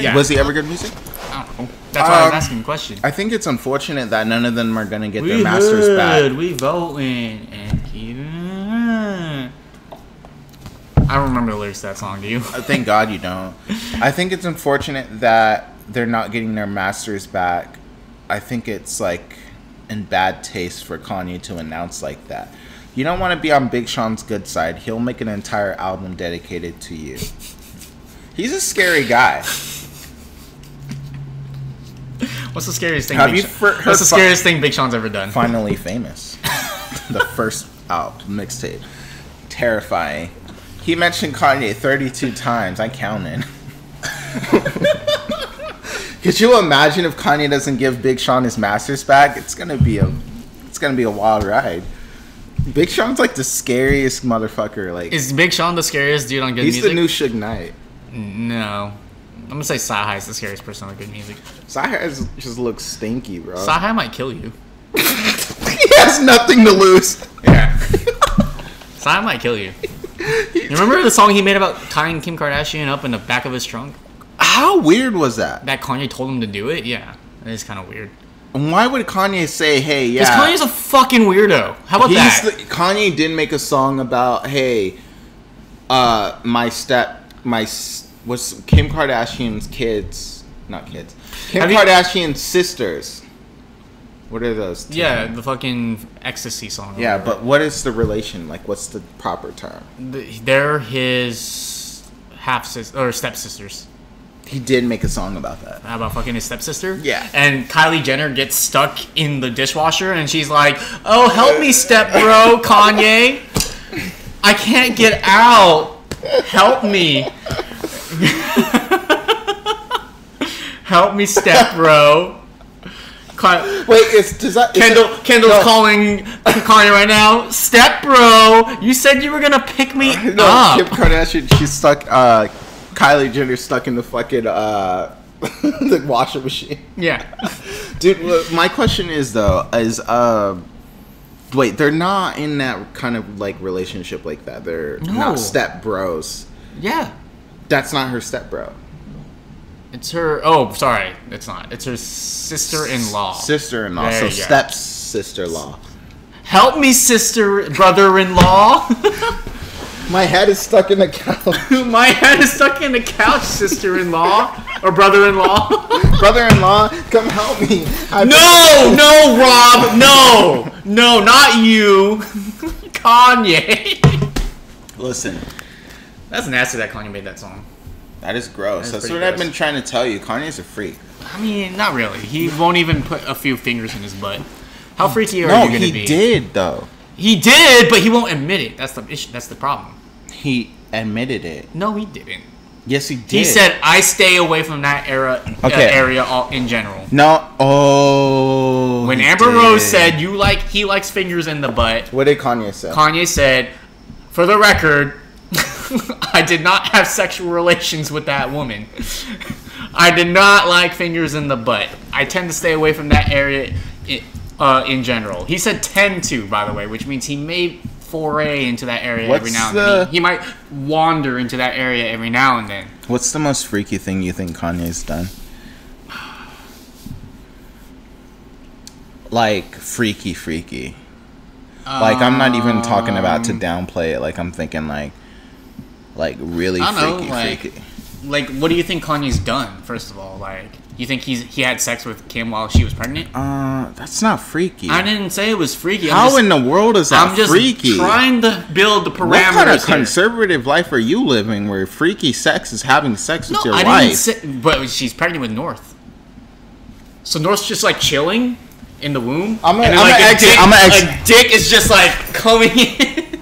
[SPEAKER 5] Yeah.
[SPEAKER 4] Was he ever good music?
[SPEAKER 5] I don't know. That's why I was
[SPEAKER 4] Um,
[SPEAKER 5] asking the question.
[SPEAKER 4] I think it's unfortunate that none of them are gonna get their masters back.
[SPEAKER 5] we voting and keep it on. I don't remember the lyrics to that song. Do you?
[SPEAKER 4] Uh, Thank God you don't. I think it's unfortunate that they're not getting their masters back. I think it's like in bad taste for Kanye to announce like that. You don't want to be on Big Sean's good side. He'll make an entire album dedicated to you. He's a scary guy.
[SPEAKER 5] What's the scariest thing?
[SPEAKER 4] Have
[SPEAKER 5] Big
[SPEAKER 4] you
[SPEAKER 5] Sean-
[SPEAKER 4] fir- heard
[SPEAKER 5] What's the
[SPEAKER 4] fi-
[SPEAKER 5] scariest thing Big Sean's ever done?
[SPEAKER 4] Finally famous. the first out mixtape. Terrifying. He mentioned Kanye 32 times. I counted. Could you imagine if Kanye doesn't give Big Sean his masters back? It's gonna be a, it's gonna be a wild ride. Big Sean's like the scariest motherfucker. Like
[SPEAKER 5] Is Big Sean the scariest dude on good
[SPEAKER 4] he's
[SPEAKER 5] music?
[SPEAKER 4] the new Suge Knight.
[SPEAKER 5] no, I'm gonna say Sahai is the scariest person on good music.
[SPEAKER 4] Sahar just looks stinky, bro.
[SPEAKER 5] Sahai might kill you.
[SPEAKER 4] he has nothing to lose.
[SPEAKER 5] Yeah. Sahai might kill you. You remember the song he made about tying Kim Kardashian up in the back of his trunk?
[SPEAKER 4] How weird was that?
[SPEAKER 5] That Kanye told him to do it? Yeah. That is kind of weird.
[SPEAKER 4] And why would Kanye say, "Hey, yeah"?
[SPEAKER 5] Because Kanye's a fucking weirdo. How about
[SPEAKER 4] He's
[SPEAKER 5] that?
[SPEAKER 4] the, Kanye did make a song about hey, uh, my step, my s- what's Kim Kardashian's kids, not kids, Kim
[SPEAKER 5] Have you-
[SPEAKER 4] Kardashian's sisters. What are those? two?
[SPEAKER 5] yeah, the fucking ecstasy song.
[SPEAKER 4] yeah, but what is the relation? Like, what's the proper term?
[SPEAKER 5] Th- They're his half sister or stepsisters.
[SPEAKER 4] He did make a song about that.
[SPEAKER 5] How about fucking his stepsister?
[SPEAKER 4] Yeah.
[SPEAKER 5] And Kylie Jenner gets stuck in the dishwasher and she's like, Oh, help me, step bro, Kanye. I can't get out. Help me. help me, step bro. Ki-
[SPEAKER 4] Wait, is does that is
[SPEAKER 5] Kendall,
[SPEAKER 4] it-
[SPEAKER 5] Kendall's
[SPEAKER 4] no,
[SPEAKER 5] calling Kanye right now. Step bro, you said you were gonna pick me
[SPEAKER 4] No,
[SPEAKER 5] up.
[SPEAKER 4] Kim Kardashian, she's stuck. Uh, Kylie Jenner stuck in the fucking uh, the washing machine.
[SPEAKER 5] Yeah.
[SPEAKER 4] Dude, wha- my question is though, is uh, wait, they're not in that kind of like relationship like that. They're
[SPEAKER 5] No.
[SPEAKER 4] not step bros.
[SPEAKER 5] Yeah.
[SPEAKER 4] That's not her step bro.
[SPEAKER 5] It's her. Oh, sorry, it's not. It's her sister-in-law.
[SPEAKER 4] Sister-in-law,
[SPEAKER 5] There
[SPEAKER 4] so
[SPEAKER 5] you go.
[SPEAKER 4] step sister-in-law.
[SPEAKER 5] Help me, sister, brother-in-law.
[SPEAKER 4] My head is stuck in the couch.
[SPEAKER 5] My head is stuck in the couch, sister-in-law or brother-in-law.
[SPEAKER 4] Brother-in-law, come help me. I
[SPEAKER 5] no, no, Rob, no, no, not you, Kanye.
[SPEAKER 4] Listen,
[SPEAKER 5] That's nasty that Kanye made that song.
[SPEAKER 4] that is gross.
[SPEAKER 5] That's
[SPEAKER 4] That's,
[SPEAKER 5] pretty
[SPEAKER 4] what I've
[SPEAKER 5] gross.
[SPEAKER 4] been trying to tell you. Kanye's a freak.
[SPEAKER 5] I mean, not really. He won't even put a few fingers in his butt. How freaky are
[SPEAKER 4] No,
[SPEAKER 5] you gonna
[SPEAKER 4] he
[SPEAKER 5] be?
[SPEAKER 4] did though.
[SPEAKER 5] He did, but he won't admit it. That's the issue. That's the problem.
[SPEAKER 4] He admitted it.
[SPEAKER 5] No, he didn't.
[SPEAKER 4] Yes, he did.
[SPEAKER 5] He said, "I stay away from that era uh,
[SPEAKER 4] Okay.
[SPEAKER 5] area all, in general."
[SPEAKER 4] no. Oh.
[SPEAKER 5] When
[SPEAKER 4] he
[SPEAKER 5] Amber Rose
[SPEAKER 4] did.
[SPEAKER 5] said, "You like he likes fingers in the butt,"
[SPEAKER 4] what did Kanye say?
[SPEAKER 5] Kanye said, "For the record, I did not have sexual relations with that woman. I did not like fingers in the butt. I tend to stay away from that area i- uh, in general." He said tend to, by the way, which means he may foray into that area every
[SPEAKER 4] What's
[SPEAKER 5] now and
[SPEAKER 4] the-
[SPEAKER 5] then. He, he might wander into that area every now and then.
[SPEAKER 4] What's the most freaky thing you think Kanye's done? Like freaky, freaky. Like I'm not even
[SPEAKER 5] Um,
[SPEAKER 4] talking about to downplay it. Like I'm thinking like, like really
[SPEAKER 5] I don't know,
[SPEAKER 4] freaky,
[SPEAKER 5] like-
[SPEAKER 4] freaky.
[SPEAKER 5] like what do you think Kanye's done? First of all, like you think he's he had sex with Kim while she was pregnant?
[SPEAKER 4] Uh, that's not freaky.
[SPEAKER 5] I didn't say it was freaky. I'm
[SPEAKER 4] How
[SPEAKER 5] just,
[SPEAKER 4] in the world is that
[SPEAKER 5] I'm just
[SPEAKER 4] freaky?
[SPEAKER 5] trying to build the parameters.
[SPEAKER 4] what kind of
[SPEAKER 5] here.
[SPEAKER 4] conservative life are you living where freaky sex is having sex
[SPEAKER 5] No,
[SPEAKER 4] with your
[SPEAKER 5] I
[SPEAKER 4] wife?
[SPEAKER 5] didn't say. But she's pregnant with North. So North's just like chilling in the womb.
[SPEAKER 4] I'm a-
[SPEAKER 5] and then,
[SPEAKER 4] I'm a
[SPEAKER 5] a
[SPEAKER 4] exit,
[SPEAKER 5] dick-
[SPEAKER 4] I'm a exit.
[SPEAKER 5] a dick is just like coming in.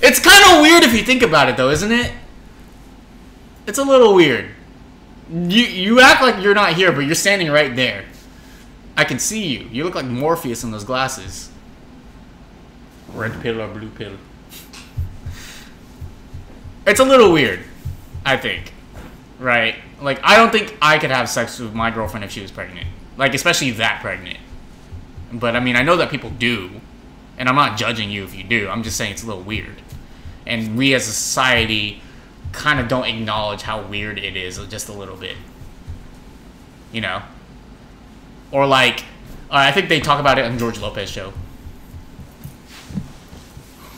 [SPEAKER 5] it's kind of weird if you think about it, though, isn't it? It's a little weird. You you act like you're not here, but you're standing right there. I can see you. You look like Morpheus in those glasses. Red pill or blue pill? It's a little weird, I think. Right? Like, I don't think I could have sex with my girlfriend if she was pregnant. Like, especially that pregnant. But I mean, I know that people do. And I'm not judging you if you do. I'm just saying it's a little weird. And we as a society kind of don't acknowledge how weird it is just a little bit. You know? Or like, uh, I think they talk about it on George Lopez show.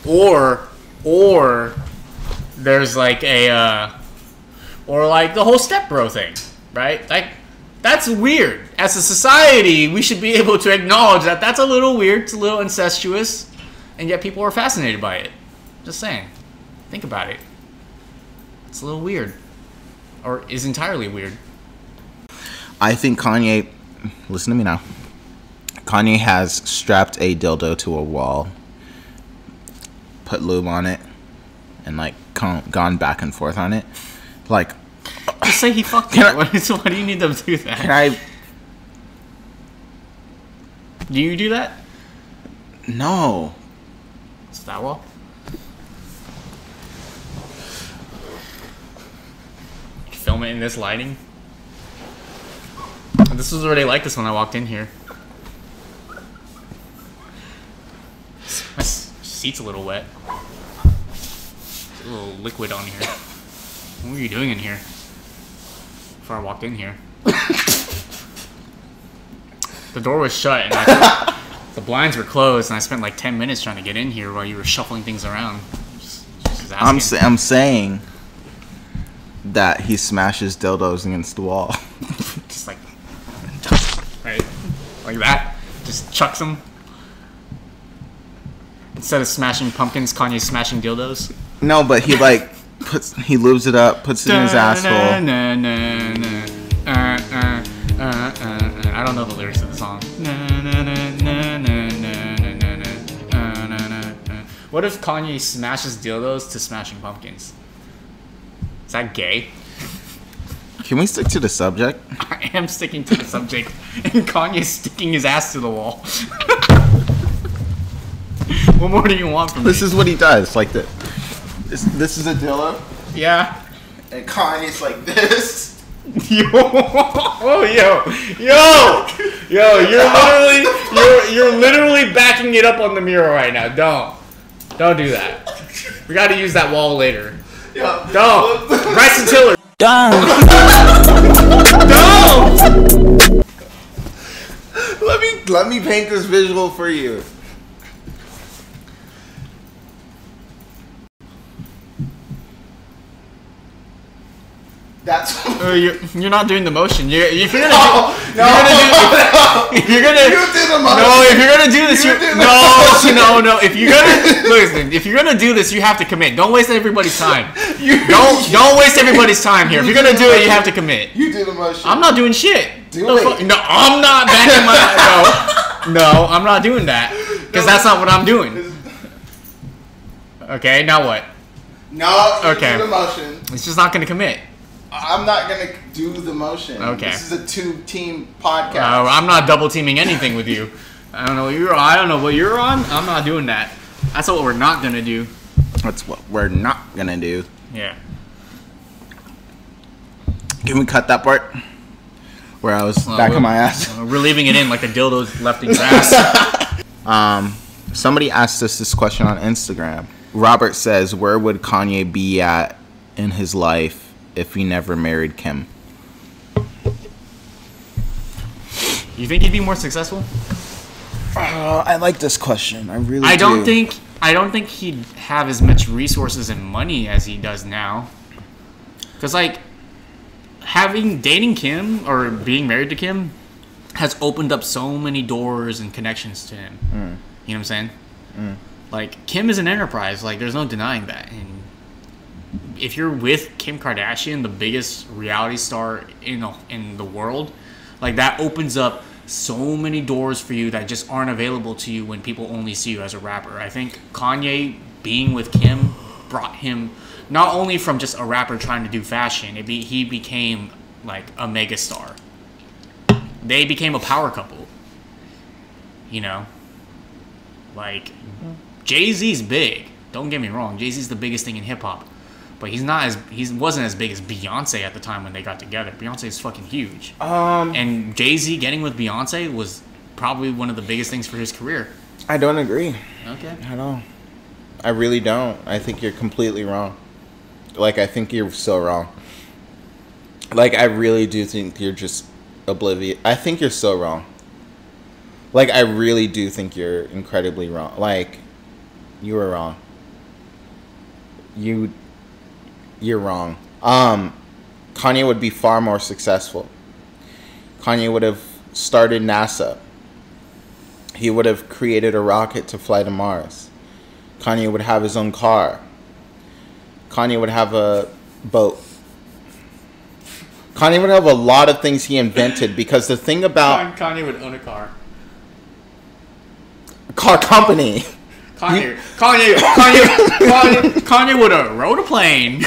[SPEAKER 5] Or, or there's like a uh, or like the whole step bro thing, right? Like that's weird. As a society, we should be able to acknowledge that that's a little weird, it's a little incestuous, and yet people are fascinated by it. Just saying. Think about it. It's a little weird. Or is entirely weird.
[SPEAKER 4] I think Kanye, listen to me now. Kanye has strapped a dildo to a wall, put lube on it, and like con- gone back and forth on it. Like,
[SPEAKER 5] Just say he fucked
[SPEAKER 4] Can
[SPEAKER 5] it.
[SPEAKER 4] I-
[SPEAKER 5] Why is- why do you need them to do
[SPEAKER 4] can
[SPEAKER 5] that?
[SPEAKER 4] I?
[SPEAKER 5] Do you do that?
[SPEAKER 4] No.
[SPEAKER 5] It's that wall. Film it in this lighting. This was already like this when I walked in here. My s- seat's a little wet. There's a little liquid on here. What were you doing in here? Before I walked in here, the door was shut, and I the blinds were closed, and I spent like ten minutes trying to get in here while you were shuffling things around. Just, just
[SPEAKER 4] I'm
[SPEAKER 5] asking.
[SPEAKER 4] sa- I'm saying that he smashes dildos against the wall.
[SPEAKER 5] just like right like that just chucks them instead of smashing pumpkins kanye's smashing dildos
[SPEAKER 4] No, but he like puts he lubes it up, puts it in his asshole.
[SPEAKER 5] Da-na-na-na-na. Uh, uh, uh, uh, uh. i don't know the lyrics of the song Na-na-na-na-na-na-na-na. Uh, na-na-na. what if kanye smashes dildos to smashing pumpkins is that gay
[SPEAKER 4] Can we stick to the subject?
[SPEAKER 5] I am sticking to the subject, and Kanye's sticking his ass to the wall. what more do you want from
[SPEAKER 4] This
[SPEAKER 5] me?
[SPEAKER 4] is what he does. Like the, this this is a dildo,
[SPEAKER 5] yeah.
[SPEAKER 4] and Kanye's like this.
[SPEAKER 5] Yo, oh, yo, yo, yo! You're literally, you're, you're literally backing it up on the mirror right now. Don't, don't do that. We got to use that wall later. Don't, Bryson Tiller. Don't. Don't.
[SPEAKER 4] Let me let me paint this visual for you. That's no,
[SPEAKER 5] Uh, you're, you're not doing the motion. You're, if you're gonna,
[SPEAKER 4] no,
[SPEAKER 5] do- if you're gonna,
[SPEAKER 4] you did the motion.
[SPEAKER 5] No, if you're gonna do this,
[SPEAKER 4] You
[SPEAKER 5] you
[SPEAKER 4] did
[SPEAKER 5] no,
[SPEAKER 4] that.
[SPEAKER 5] no, no. If you're gonna listen, if you're gonna do this, you have to commit. Don't waste everybody's time.
[SPEAKER 4] You-
[SPEAKER 5] Don't don't waste everybody's time here. If you're gonna do it, you have to commit.
[SPEAKER 4] You did the motion.
[SPEAKER 5] I'm not doing shit.
[SPEAKER 4] Do
[SPEAKER 5] The
[SPEAKER 4] it.
[SPEAKER 5] fuck- No, I'm not backing my no. No, I'm not doing that because that's not what I'm doing. Okay, now what?
[SPEAKER 4] no. You
[SPEAKER 5] Okay.
[SPEAKER 4] Did the motion.
[SPEAKER 5] It's just not gonna commit.
[SPEAKER 4] I'm not gonna do the motion.
[SPEAKER 5] Okay.
[SPEAKER 4] This is a two-team podcast.
[SPEAKER 5] Uh, I'm not double teaming anything with you. I don't know what you're. I don't know what you're on. I'm not doing that. That's what we're not gonna do.
[SPEAKER 4] That's what we're not gonna do.
[SPEAKER 5] Yeah.
[SPEAKER 4] Can we cut that part? Where I was back
[SPEAKER 5] we-
[SPEAKER 4] on my ass.
[SPEAKER 5] Uh, We're leaving it in like the dildo's left in your ass.
[SPEAKER 4] Um, somebody asked us this question on Instagram. Robert says, "Where would Kanye be at in his life if he never married Kim?"
[SPEAKER 5] you think he'd be more successful?
[SPEAKER 4] Uh, I like this question. I really.
[SPEAKER 5] I don't think I don't think he'd have as much resources and money as he does now. Because like having dating Kim or being married to Kim has opened up so many doors and connections to him. You know what I'm saying? Like Kim is an enterprise. Like there's no denying that. And if you're with Kim Kardashian, the biggest reality star in the, in the world, like that opens up so many doors for you that just aren't available to you when people only see you as a rapper. I think Kanye being with Kim brought him not only from just a rapper trying to do fashion, it be, he became like a megastar. They became a power couple. You know, like Jay Z's big. Don't get me wrong. Jay Z's the biggest thing in hip hop, but he's not as he wasn't as big as Beyonce at the time when they got together. Beyonce is fucking huge. Um, and Jay Z getting with Beyonce was probably one of the biggest things for his career.
[SPEAKER 4] I don't agree
[SPEAKER 5] Okay.
[SPEAKER 4] at all. I really don't. I think you're completely wrong. Like I think you're so wrong. Like I really do think you're just oblivious. I think you're so wrong. Like I really do think you're incredibly wrong. Like you were wrong. You you're wrong. Um Kanye would be far more successful. Kanye would have started NASA. He would have created a rocket to fly to Mars. Kanye would have his own car. Kanye would have a boat. Kanye would have a lot of things he invented because the thing about
[SPEAKER 5] Kanye would own a car.
[SPEAKER 4] car company,
[SPEAKER 5] Kanye, Kanye, Kanye, Kanye, Kanye would have rode a plane.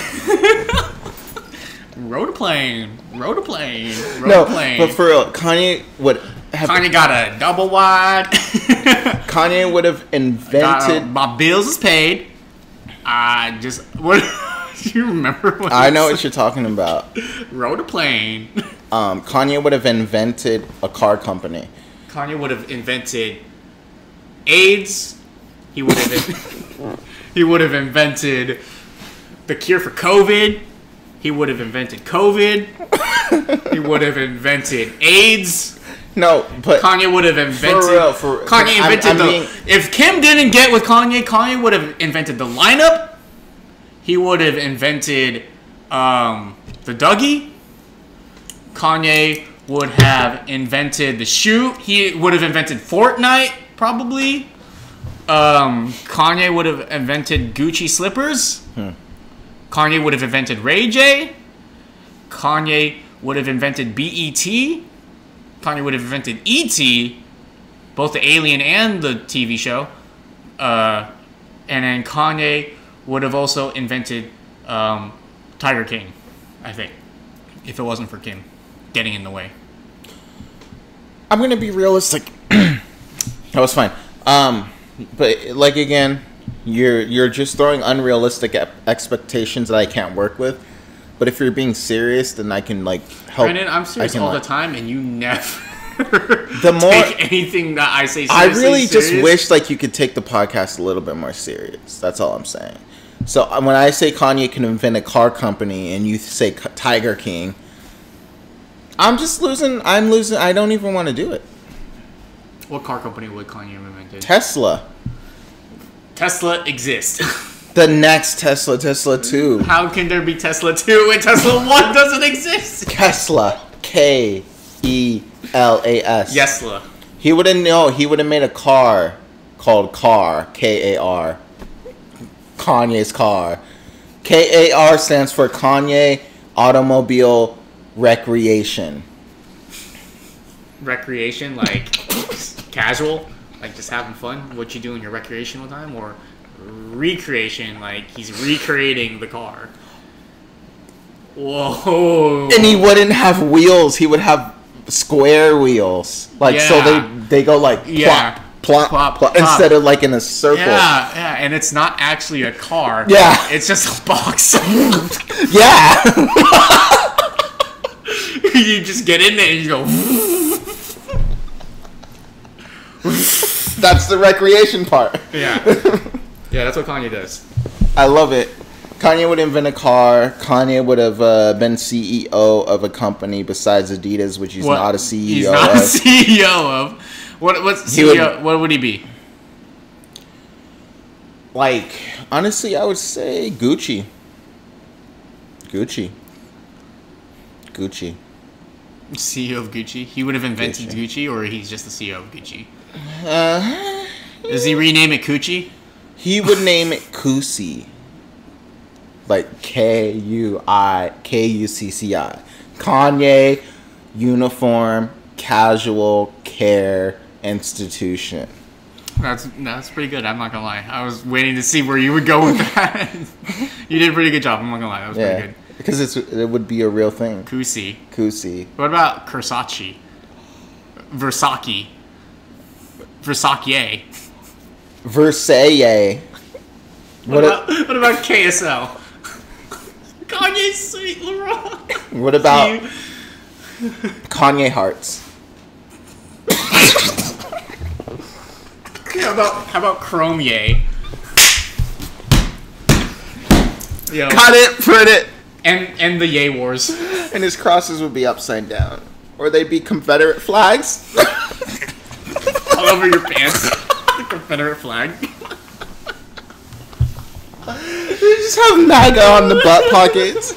[SPEAKER 5] rode a plane. Rode a plane. Rode
[SPEAKER 4] no,
[SPEAKER 5] a plane.
[SPEAKER 4] but for real, Kanye would have Kanye,
[SPEAKER 5] Kanye got a double wide.
[SPEAKER 4] would
[SPEAKER 5] Got,
[SPEAKER 4] have
[SPEAKER 5] uh,
[SPEAKER 4] invented.
[SPEAKER 5] my bills is paid. I just what do you remember when
[SPEAKER 4] I know what you're talking about.
[SPEAKER 5] rode a plane.
[SPEAKER 4] Um, Kanye would have invented a car company.
[SPEAKER 5] Kanye would have invented AIDS. He would have he would have invented the cure for COVID. He would have invented COVID. he would have invented AIDS.
[SPEAKER 4] No, but
[SPEAKER 5] Kanye would have invented.
[SPEAKER 4] real, for-
[SPEAKER 5] Kanye
[SPEAKER 4] I'm-
[SPEAKER 5] invented
[SPEAKER 4] I'm
[SPEAKER 5] the.
[SPEAKER 4] being-
[SPEAKER 5] if Kim didn't get with Kanye, Kanye would have invented the lineup. He would have invented um, the Dougie. Kanye would have invented the shoot. He would have invented Fortnite, probably. Um, Kanye would have invented Gucci slippers.
[SPEAKER 4] Hmm.
[SPEAKER 5] Kanye would have invented Ray J. Kanye would have invented BET. Kanye would have invented E E.T., both the alien and the TV show. Uh, and then Kanye would have also invented um, Tiger King, I think, if it wasn't for Kim getting in the way.
[SPEAKER 4] I'm gonna be realistic. that was fine. Um, but like again, you're you're just throwing unrealistic ep- expectations that I can't work with. But if you're being serious, then I can like help.
[SPEAKER 5] Brandon, I'm serious
[SPEAKER 4] Oh, I can,
[SPEAKER 5] all
[SPEAKER 4] like-
[SPEAKER 5] the time, and you never
[SPEAKER 4] The more-
[SPEAKER 5] take anything that I say
[SPEAKER 4] I
[SPEAKER 5] seriously,
[SPEAKER 4] really just
[SPEAKER 5] serious.
[SPEAKER 4] wish like you could take the podcast a little bit more serious. That's all I'm saying. So um, when I say Kanye can invent a car company and you say K- Tiger King, I'm just losing. I'm losing. I don't even want to do it.
[SPEAKER 5] What car company would Kanye have invented?
[SPEAKER 4] Tesla,
[SPEAKER 5] Tesla exists.
[SPEAKER 4] the next Tesla, Tesla two.
[SPEAKER 5] How can there be Tesla 2 when Tesla 1 doesn't exist?
[SPEAKER 4] Tesla. K E L A S.
[SPEAKER 5] Yesla.
[SPEAKER 4] He would have no. He would have made a car called Car. K A R. Kanye's car. K A R stands for Kanye Automobile Recreation.
[SPEAKER 5] Recreation, like casual, like just having fun, what you do in your recreational time, or recreation, like he's recreating the car. Whoa.
[SPEAKER 4] And he wouldn't have wheels. He would have square wheels. Like so
[SPEAKER 5] Yeah.
[SPEAKER 4] they they go like plop,
[SPEAKER 5] Yeah. Plop,
[SPEAKER 4] plop, plop,
[SPEAKER 5] plop.
[SPEAKER 4] instead of like in a circle.
[SPEAKER 5] yeah, yeah, and it's not actually a car.
[SPEAKER 4] Yeah.
[SPEAKER 5] It's just a box.
[SPEAKER 4] yeah.
[SPEAKER 5] you just get in there and you go,
[SPEAKER 4] That's the recreation part.
[SPEAKER 5] yeah. Yeah, that's what Kanye does.
[SPEAKER 4] I love it. Kanye would invent a car. Kanye would have uh, been CEO of a company besides Adidas, which he's
[SPEAKER 5] What-
[SPEAKER 4] not a CEO
[SPEAKER 5] He's not a E
[SPEAKER 4] of.
[SPEAKER 5] CEO of. What, what's
[SPEAKER 4] He would-
[SPEAKER 5] CEO? what would he be?
[SPEAKER 4] like, honestly, I would say Gucci. Gucci. Gucci.
[SPEAKER 5] CEO E of Gucci. He would have invented Gucci, or he's just the CEO of Gucci.
[SPEAKER 4] Uh,
[SPEAKER 5] Does he rename it Gucci?
[SPEAKER 4] he would name it Kusi. Like K U I K U C C I. Kanye Uniform Casual Care Institution.
[SPEAKER 5] That's that's pretty good. I'm not gonna lie. I was waiting to see where you would go with that. you did a pretty good job. I'm not gonna lie. That was
[SPEAKER 4] Yeah.
[SPEAKER 5] pretty good.
[SPEAKER 4] Because it's it would be a real thing.
[SPEAKER 5] Kusi.
[SPEAKER 4] Kusi.
[SPEAKER 5] What about Kursachi? Versace. Versace.
[SPEAKER 4] Versailles. What
[SPEAKER 5] What about,
[SPEAKER 4] a,
[SPEAKER 5] what about KSL? Kanye Sweet Laurent.
[SPEAKER 4] what about
[SPEAKER 5] You-
[SPEAKER 4] Kanye Hearts?
[SPEAKER 5] How about how about Chrome Yay? Yo,
[SPEAKER 4] Cut it, print it.
[SPEAKER 5] and and the Yay Wars.
[SPEAKER 4] And his crosses would be upside down. Or they'd be Confederate flags.
[SPEAKER 5] all over your pants. The Confederate flag.
[SPEAKER 4] They just have MAGA on the butt pockets.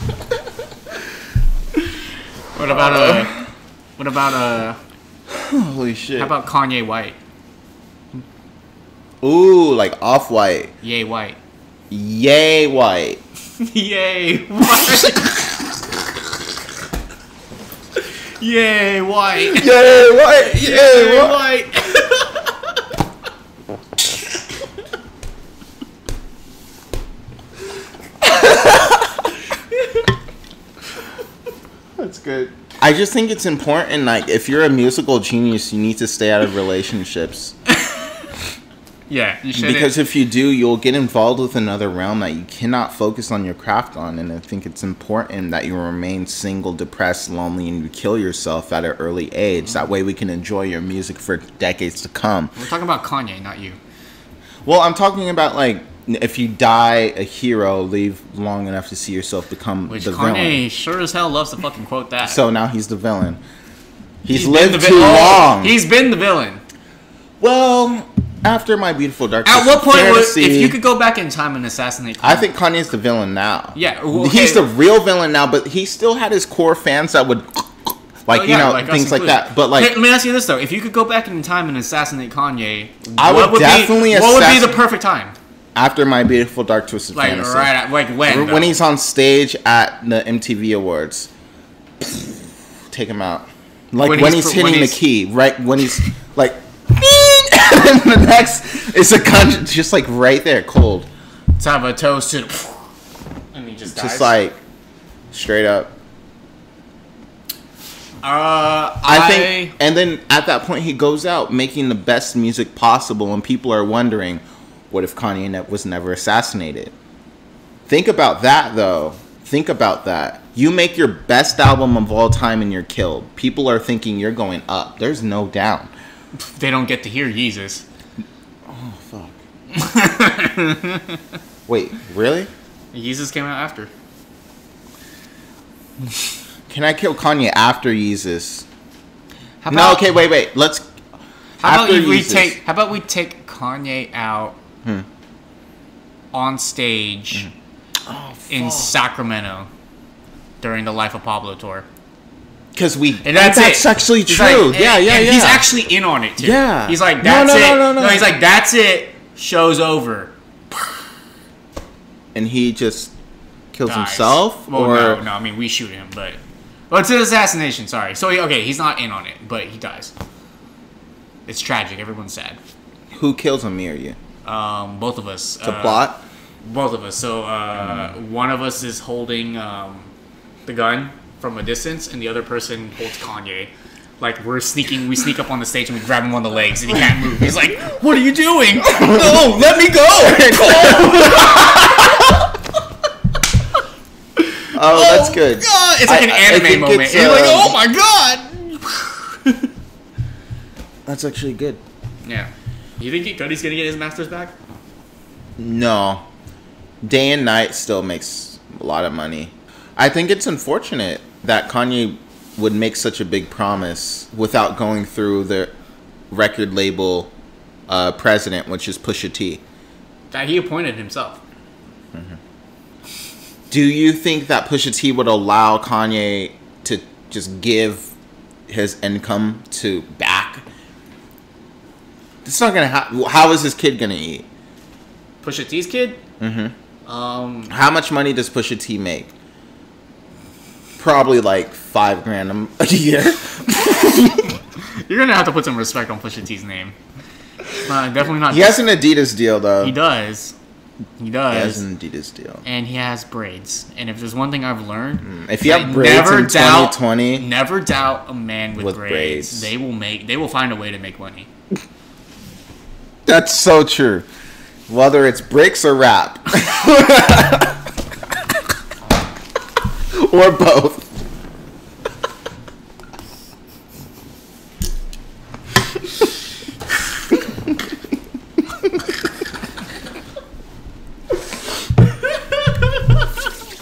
[SPEAKER 5] What about uh? What about uh?
[SPEAKER 4] Holy shit.
[SPEAKER 5] How about Kanye White?
[SPEAKER 4] Ooh, like off white.
[SPEAKER 5] Yay White.
[SPEAKER 4] Yay, white.
[SPEAKER 5] Yay White. Yay White.
[SPEAKER 4] Yay, white. Yay, white.
[SPEAKER 5] White.
[SPEAKER 4] That's good. I just think it's important, like, if you're a musical genius, you need to stay out of relationships.
[SPEAKER 5] Yeah, you should.
[SPEAKER 4] Because if you do, you'll get involved with another realm that you cannot focus on your craft on. And I think it's important that you remain single, depressed, lonely, and you kill yourself at an early age. That way we can enjoy your music for decades to come.
[SPEAKER 5] we're talking about Kanye, not you.
[SPEAKER 4] Well, I'm talking about like if you die a hero, live long enough to see yourself become
[SPEAKER 5] Which
[SPEAKER 4] the
[SPEAKER 5] Kanye
[SPEAKER 4] villain.
[SPEAKER 5] sure as hell loves to fucking quote that.
[SPEAKER 4] So now he's the villain. He's,
[SPEAKER 5] He's been
[SPEAKER 4] lived
[SPEAKER 5] the vi-
[SPEAKER 4] too
[SPEAKER 5] Oh,
[SPEAKER 4] long.
[SPEAKER 5] He's been the villain.
[SPEAKER 4] well, after my beautiful dark.
[SPEAKER 5] At
[SPEAKER 4] Twisted
[SPEAKER 5] what point would
[SPEAKER 4] Fantasy,
[SPEAKER 5] if you could go back in time and assassinate? Kanye,
[SPEAKER 4] I think Kanye's the villain now.
[SPEAKER 5] Yeah, well,
[SPEAKER 4] he's
[SPEAKER 5] okay.
[SPEAKER 4] the real villain now, but he still had his core fans that would, like
[SPEAKER 5] Oh,
[SPEAKER 4] you
[SPEAKER 5] yeah,
[SPEAKER 4] know,
[SPEAKER 5] like us
[SPEAKER 4] things like
[SPEAKER 5] included.
[SPEAKER 4] that. But like,
[SPEAKER 5] Hey, let me ask you this though: If you could go back in time and assassinate Kanye,
[SPEAKER 4] I
[SPEAKER 5] what
[SPEAKER 4] would definitely
[SPEAKER 5] be, what would be
[SPEAKER 4] assassin-
[SPEAKER 5] the perfect time?
[SPEAKER 4] after my beautiful dark twisted
[SPEAKER 5] Like
[SPEAKER 4] fantasy,
[SPEAKER 5] right, at, like when?
[SPEAKER 4] when
[SPEAKER 5] though?
[SPEAKER 4] he's on stage at the MTV Awards, take him out. Like
[SPEAKER 5] When
[SPEAKER 4] when,
[SPEAKER 5] he's
[SPEAKER 4] he's,
[SPEAKER 5] pr- when
[SPEAKER 4] hitting the
[SPEAKER 5] he's-
[SPEAKER 4] key, right? When he's like, and then the next is a gun, just like right there, cold,
[SPEAKER 5] Let's have a toast to. And he just dies.
[SPEAKER 4] just like straight up.
[SPEAKER 5] uh, I,
[SPEAKER 4] I think, and then at that point, he goes out making the best music possible, and people are wondering, what if Kanye ne- was never assassinated? Think about that, though. Think about that. You make your best album of all time, and you're killed. People are thinking you're going up. There's no down.
[SPEAKER 5] they don't get to hear Jesus.
[SPEAKER 4] Fuck. Wait, really?
[SPEAKER 5] Jesus came out after.
[SPEAKER 4] Can I kill Kanye after Yeezus?
[SPEAKER 5] How
[SPEAKER 4] No. Okay. Wait. Wait. Let's.
[SPEAKER 5] How about
[SPEAKER 4] after
[SPEAKER 5] you- we
[SPEAKER 4] Yeezus.
[SPEAKER 5] take? How about we take Kanye out
[SPEAKER 4] Hmm.
[SPEAKER 5] on stage
[SPEAKER 4] Hmm.
[SPEAKER 5] in Sacramento during the Life of Pablo tour?
[SPEAKER 4] Because we.
[SPEAKER 5] And that's, it.
[SPEAKER 4] actually
[SPEAKER 5] He's
[SPEAKER 4] true.
[SPEAKER 5] like-
[SPEAKER 4] yeah.
[SPEAKER 5] and-
[SPEAKER 4] Yeah.
[SPEAKER 5] and
[SPEAKER 4] yeah.
[SPEAKER 5] He's actually in on it too.
[SPEAKER 4] Yeah.
[SPEAKER 5] He's like,
[SPEAKER 4] No,
[SPEAKER 5] that's
[SPEAKER 4] no, no,
[SPEAKER 5] it.
[SPEAKER 4] no, no.
[SPEAKER 5] he's like, that's it. Show's over.
[SPEAKER 4] and he just kills
[SPEAKER 5] Dies.
[SPEAKER 4] himself
[SPEAKER 5] Well,
[SPEAKER 4] or
[SPEAKER 5] no, no. I mean, we shoot him, but well, it's an assassination. Sorry. So he- okay, he's not in on it, but he dies. It's tragic. Everyone's sad.
[SPEAKER 4] who kills him me or you
[SPEAKER 5] Um, both of us.
[SPEAKER 4] the plot
[SPEAKER 5] Both of us. So uh, one of us is holding um, the gun from a distance, and the other person holds Kanye. Like we're sneaking, we sneak up on the stage and we grab him on the legs, and he can't move. He's like, "What are you doing? Oh No, let me go!"
[SPEAKER 4] oh, that's good
[SPEAKER 5] God, it's like
[SPEAKER 4] I-
[SPEAKER 5] an
[SPEAKER 4] I- I
[SPEAKER 5] anime
[SPEAKER 4] think
[SPEAKER 5] moment.
[SPEAKER 4] it's,
[SPEAKER 5] He's like,
[SPEAKER 4] uh,
[SPEAKER 5] "Oh my god!"
[SPEAKER 4] that's actually good
[SPEAKER 5] Yeah. You think he- Cody's gonna get his masters back?
[SPEAKER 4] no day and night still makes a lot of money i think it's unfortunate that kanye would make such a big promise without going through the record label uh, president which is pusha t
[SPEAKER 5] That Uh, he appointed himself.
[SPEAKER 4] do you think that pusha t would allow kanye to just give his income to back. It's not gonna happen. How is this kid gonna eat?
[SPEAKER 5] Pusha T's kid. Mm-hmm. Um,
[SPEAKER 4] How much money does Pusha T make? Probably like five grand a m- a year.
[SPEAKER 5] you're gonna have to put some respect on Pusha T's name. Uh, definitely not.
[SPEAKER 4] He has an Adidas deal though.
[SPEAKER 5] He does. He does.
[SPEAKER 4] He has an Adidas deal. Mm.
[SPEAKER 5] and he has braids. And if there's one thing I've learned,
[SPEAKER 4] If you have braids in 2020
[SPEAKER 5] never doubt a man with,
[SPEAKER 4] With
[SPEAKER 5] braids.
[SPEAKER 4] braids.
[SPEAKER 5] They will make. They will find a way to make money.
[SPEAKER 4] That's so true. Whether it's bricks or rap, or both.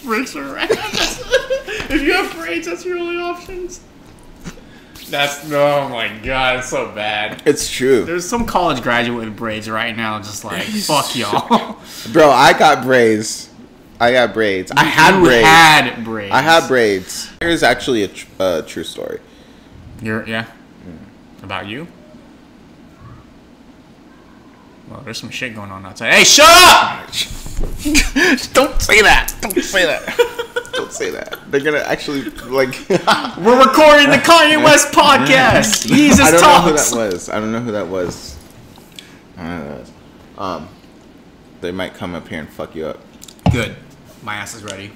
[SPEAKER 5] Bricks or rats. if you have braids, that's your only options. That's oh my god, it's so bad.
[SPEAKER 4] It's true,
[SPEAKER 5] There's some college graduate with braids right now, just like fuck y'all.
[SPEAKER 4] bro. I got braids. I got braids. I had
[SPEAKER 5] You
[SPEAKER 4] braids.
[SPEAKER 5] Had braids.
[SPEAKER 4] I had braids. Here's actually a tr- uh, true story.
[SPEAKER 5] You're yeah. About you? Well, there's some shit going on outside. Hey, shut up! Don't say that. Don't say that.
[SPEAKER 4] Don't say that. They're gonna actually like.
[SPEAKER 5] We're recording the Kanye West podcast. Jesus
[SPEAKER 4] I don't
[SPEAKER 5] talks.
[SPEAKER 4] know who that was. I don't know who that was. I don't know who that was. Um, they might come up here and fuck you up.
[SPEAKER 5] Good. My ass is ready.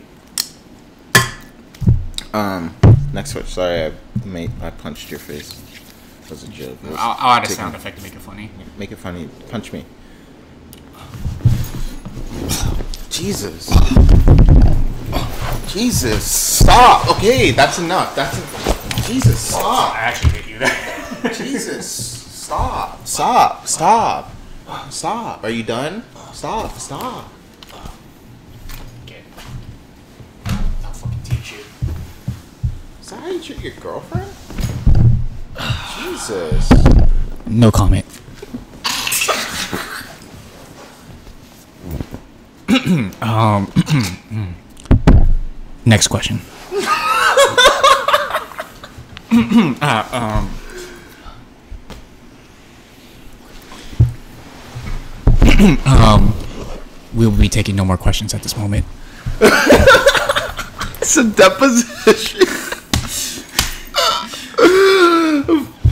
[SPEAKER 4] Um, next switch. Sorry, I made I punched your face. That was a joke. It was-
[SPEAKER 5] I'll, I'll add a
[SPEAKER 4] take-
[SPEAKER 5] sound effect to make it funny.
[SPEAKER 4] Make it funny. Punch me. Jesus. Jesus, stop. Okay, that's enough. That's en- Jesus, stop.
[SPEAKER 5] actually hit you there.
[SPEAKER 4] Jesus, stop. Stop. Stop. Stop. Are you done? Stop. Stop.
[SPEAKER 5] I'll fucking teach you.
[SPEAKER 4] Is that how you treat your girlfriend? Jesus.
[SPEAKER 5] No comment. um, next question. uh, um, um, we will be taking no more questions at this moment.
[SPEAKER 4] It's a deposition.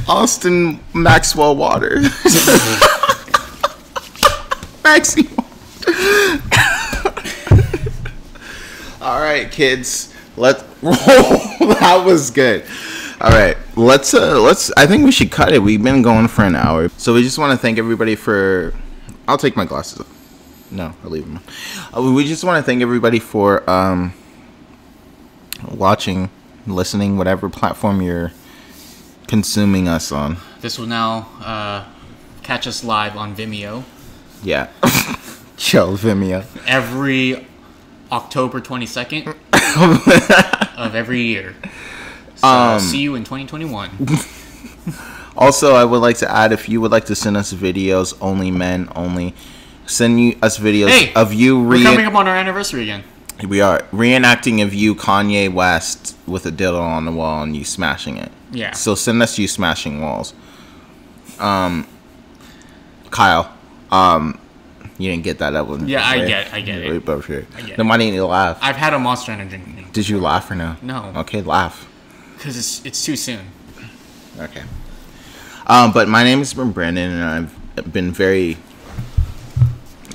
[SPEAKER 4] Austin Maxwell Waters. Maxie. All right, kids. Let that was good. All right, let's uh, let's. I think we should cut it. We've been going for an hour, so we just want to thank everybody for. I'll take my glasses off. No, I'll leave them. on. Uh, we just want to thank everybody for um, watching, listening, whatever platform you're consuming us on.
[SPEAKER 5] This will now uh, catch us live on Vimeo
[SPEAKER 4] Yeah. Chill, Vimeo.
[SPEAKER 5] every October 22nd of every year. So see you in 2021.
[SPEAKER 4] Also, I would like to add if you would like to send us videos, only men only, send you us videos
[SPEAKER 5] Hey,
[SPEAKER 4] of you
[SPEAKER 5] We're coming
[SPEAKER 4] re-
[SPEAKER 5] up on our anniversary again.
[SPEAKER 4] we are reenacting of you Kanye West with a dildo on the wall and you smashing it.
[SPEAKER 5] Yeah.
[SPEAKER 4] So send us you smashing walls. Um Kyle, um you didn't get that that one.
[SPEAKER 5] Yeah, I
[SPEAKER 4] right?
[SPEAKER 5] get- I get it.
[SPEAKER 4] We both here.
[SPEAKER 5] get it.
[SPEAKER 4] Then why didn't you laugh?
[SPEAKER 5] I've had a monster energy drink
[SPEAKER 4] Did you laugh or no?
[SPEAKER 5] No.
[SPEAKER 4] Okay, laugh.
[SPEAKER 5] because it's it's too soon.
[SPEAKER 4] Okay. Um, but my name is Brandon, and I've been very.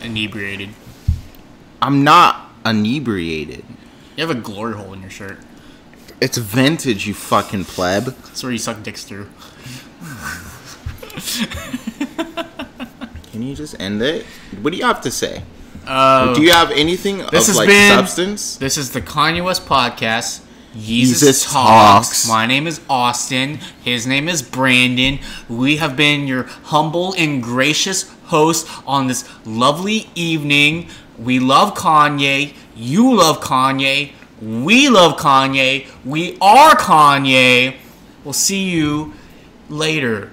[SPEAKER 5] Inebriated.
[SPEAKER 4] I'm not inebriated.
[SPEAKER 5] You have a glory hole in your shirt.
[SPEAKER 4] It's vintage, you fucking pleb.
[SPEAKER 5] That's where you suck dicks through.
[SPEAKER 4] Can you just end it? What do you have to say?
[SPEAKER 5] Uh,
[SPEAKER 4] Do you have anything
[SPEAKER 5] This
[SPEAKER 4] of
[SPEAKER 5] has
[SPEAKER 4] like
[SPEAKER 5] been-
[SPEAKER 4] substance?
[SPEAKER 5] this is the Kanye West podcast. Jesus
[SPEAKER 4] Jesus
[SPEAKER 5] talks.
[SPEAKER 4] Talks.
[SPEAKER 5] My name is Austin. His name is Brandon. We have been your humble and gracious host on this lovely evening. We love Kanye. You love Kanye. We love Kanye. We are Kanye. We'll see you later.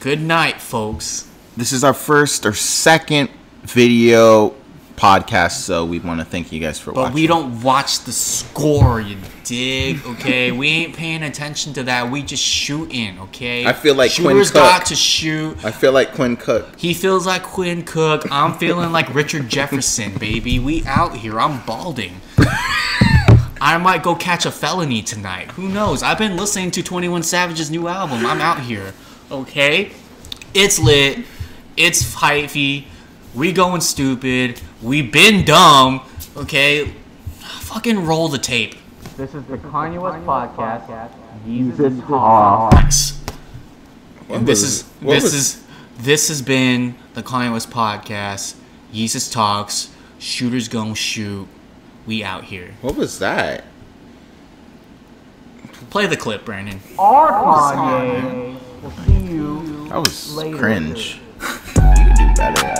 [SPEAKER 5] Good night, folks.
[SPEAKER 4] This is our first or second video podcast. So we want to thank you guys for
[SPEAKER 5] But
[SPEAKER 4] watching.
[SPEAKER 5] we don't watch the score, you dig? Okay, we ain't paying attention to that. We just shooting, okay?
[SPEAKER 4] I feel like Quinn
[SPEAKER 5] shooters
[SPEAKER 4] Cook.
[SPEAKER 5] got to shoot.
[SPEAKER 4] I feel like Quinn Cook.
[SPEAKER 5] He feels like Quinn Cook. I'm feeling like Richard Jefferson, baby. We out here. I'm balding. I might go catch a felony tonight. Who knows? I've been listening to 21 Savage's new album. I'm out here. Okay? It's lit. It's hyphy. We going stupid. We been dumb. Okay? Fucking roll the tape.
[SPEAKER 1] This is the Kanye West podcast.
[SPEAKER 5] Thanks.
[SPEAKER 4] What
[SPEAKER 5] this
[SPEAKER 4] was-
[SPEAKER 5] is
[SPEAKER 4] what
[SPEAKER 5] this
[SPEAKER 4] was-
[SPEAKER 5] is this has been the Kanye West podcast. Jesus talks. Shooters gonna shoot. We out here.
[SPEAKER 4] what was that?
[SPEAKER 5] Play the clip, Brandon.
[SPEAKER 1] Kanye.
[SPEAKER 4] That was cringe. You can do better.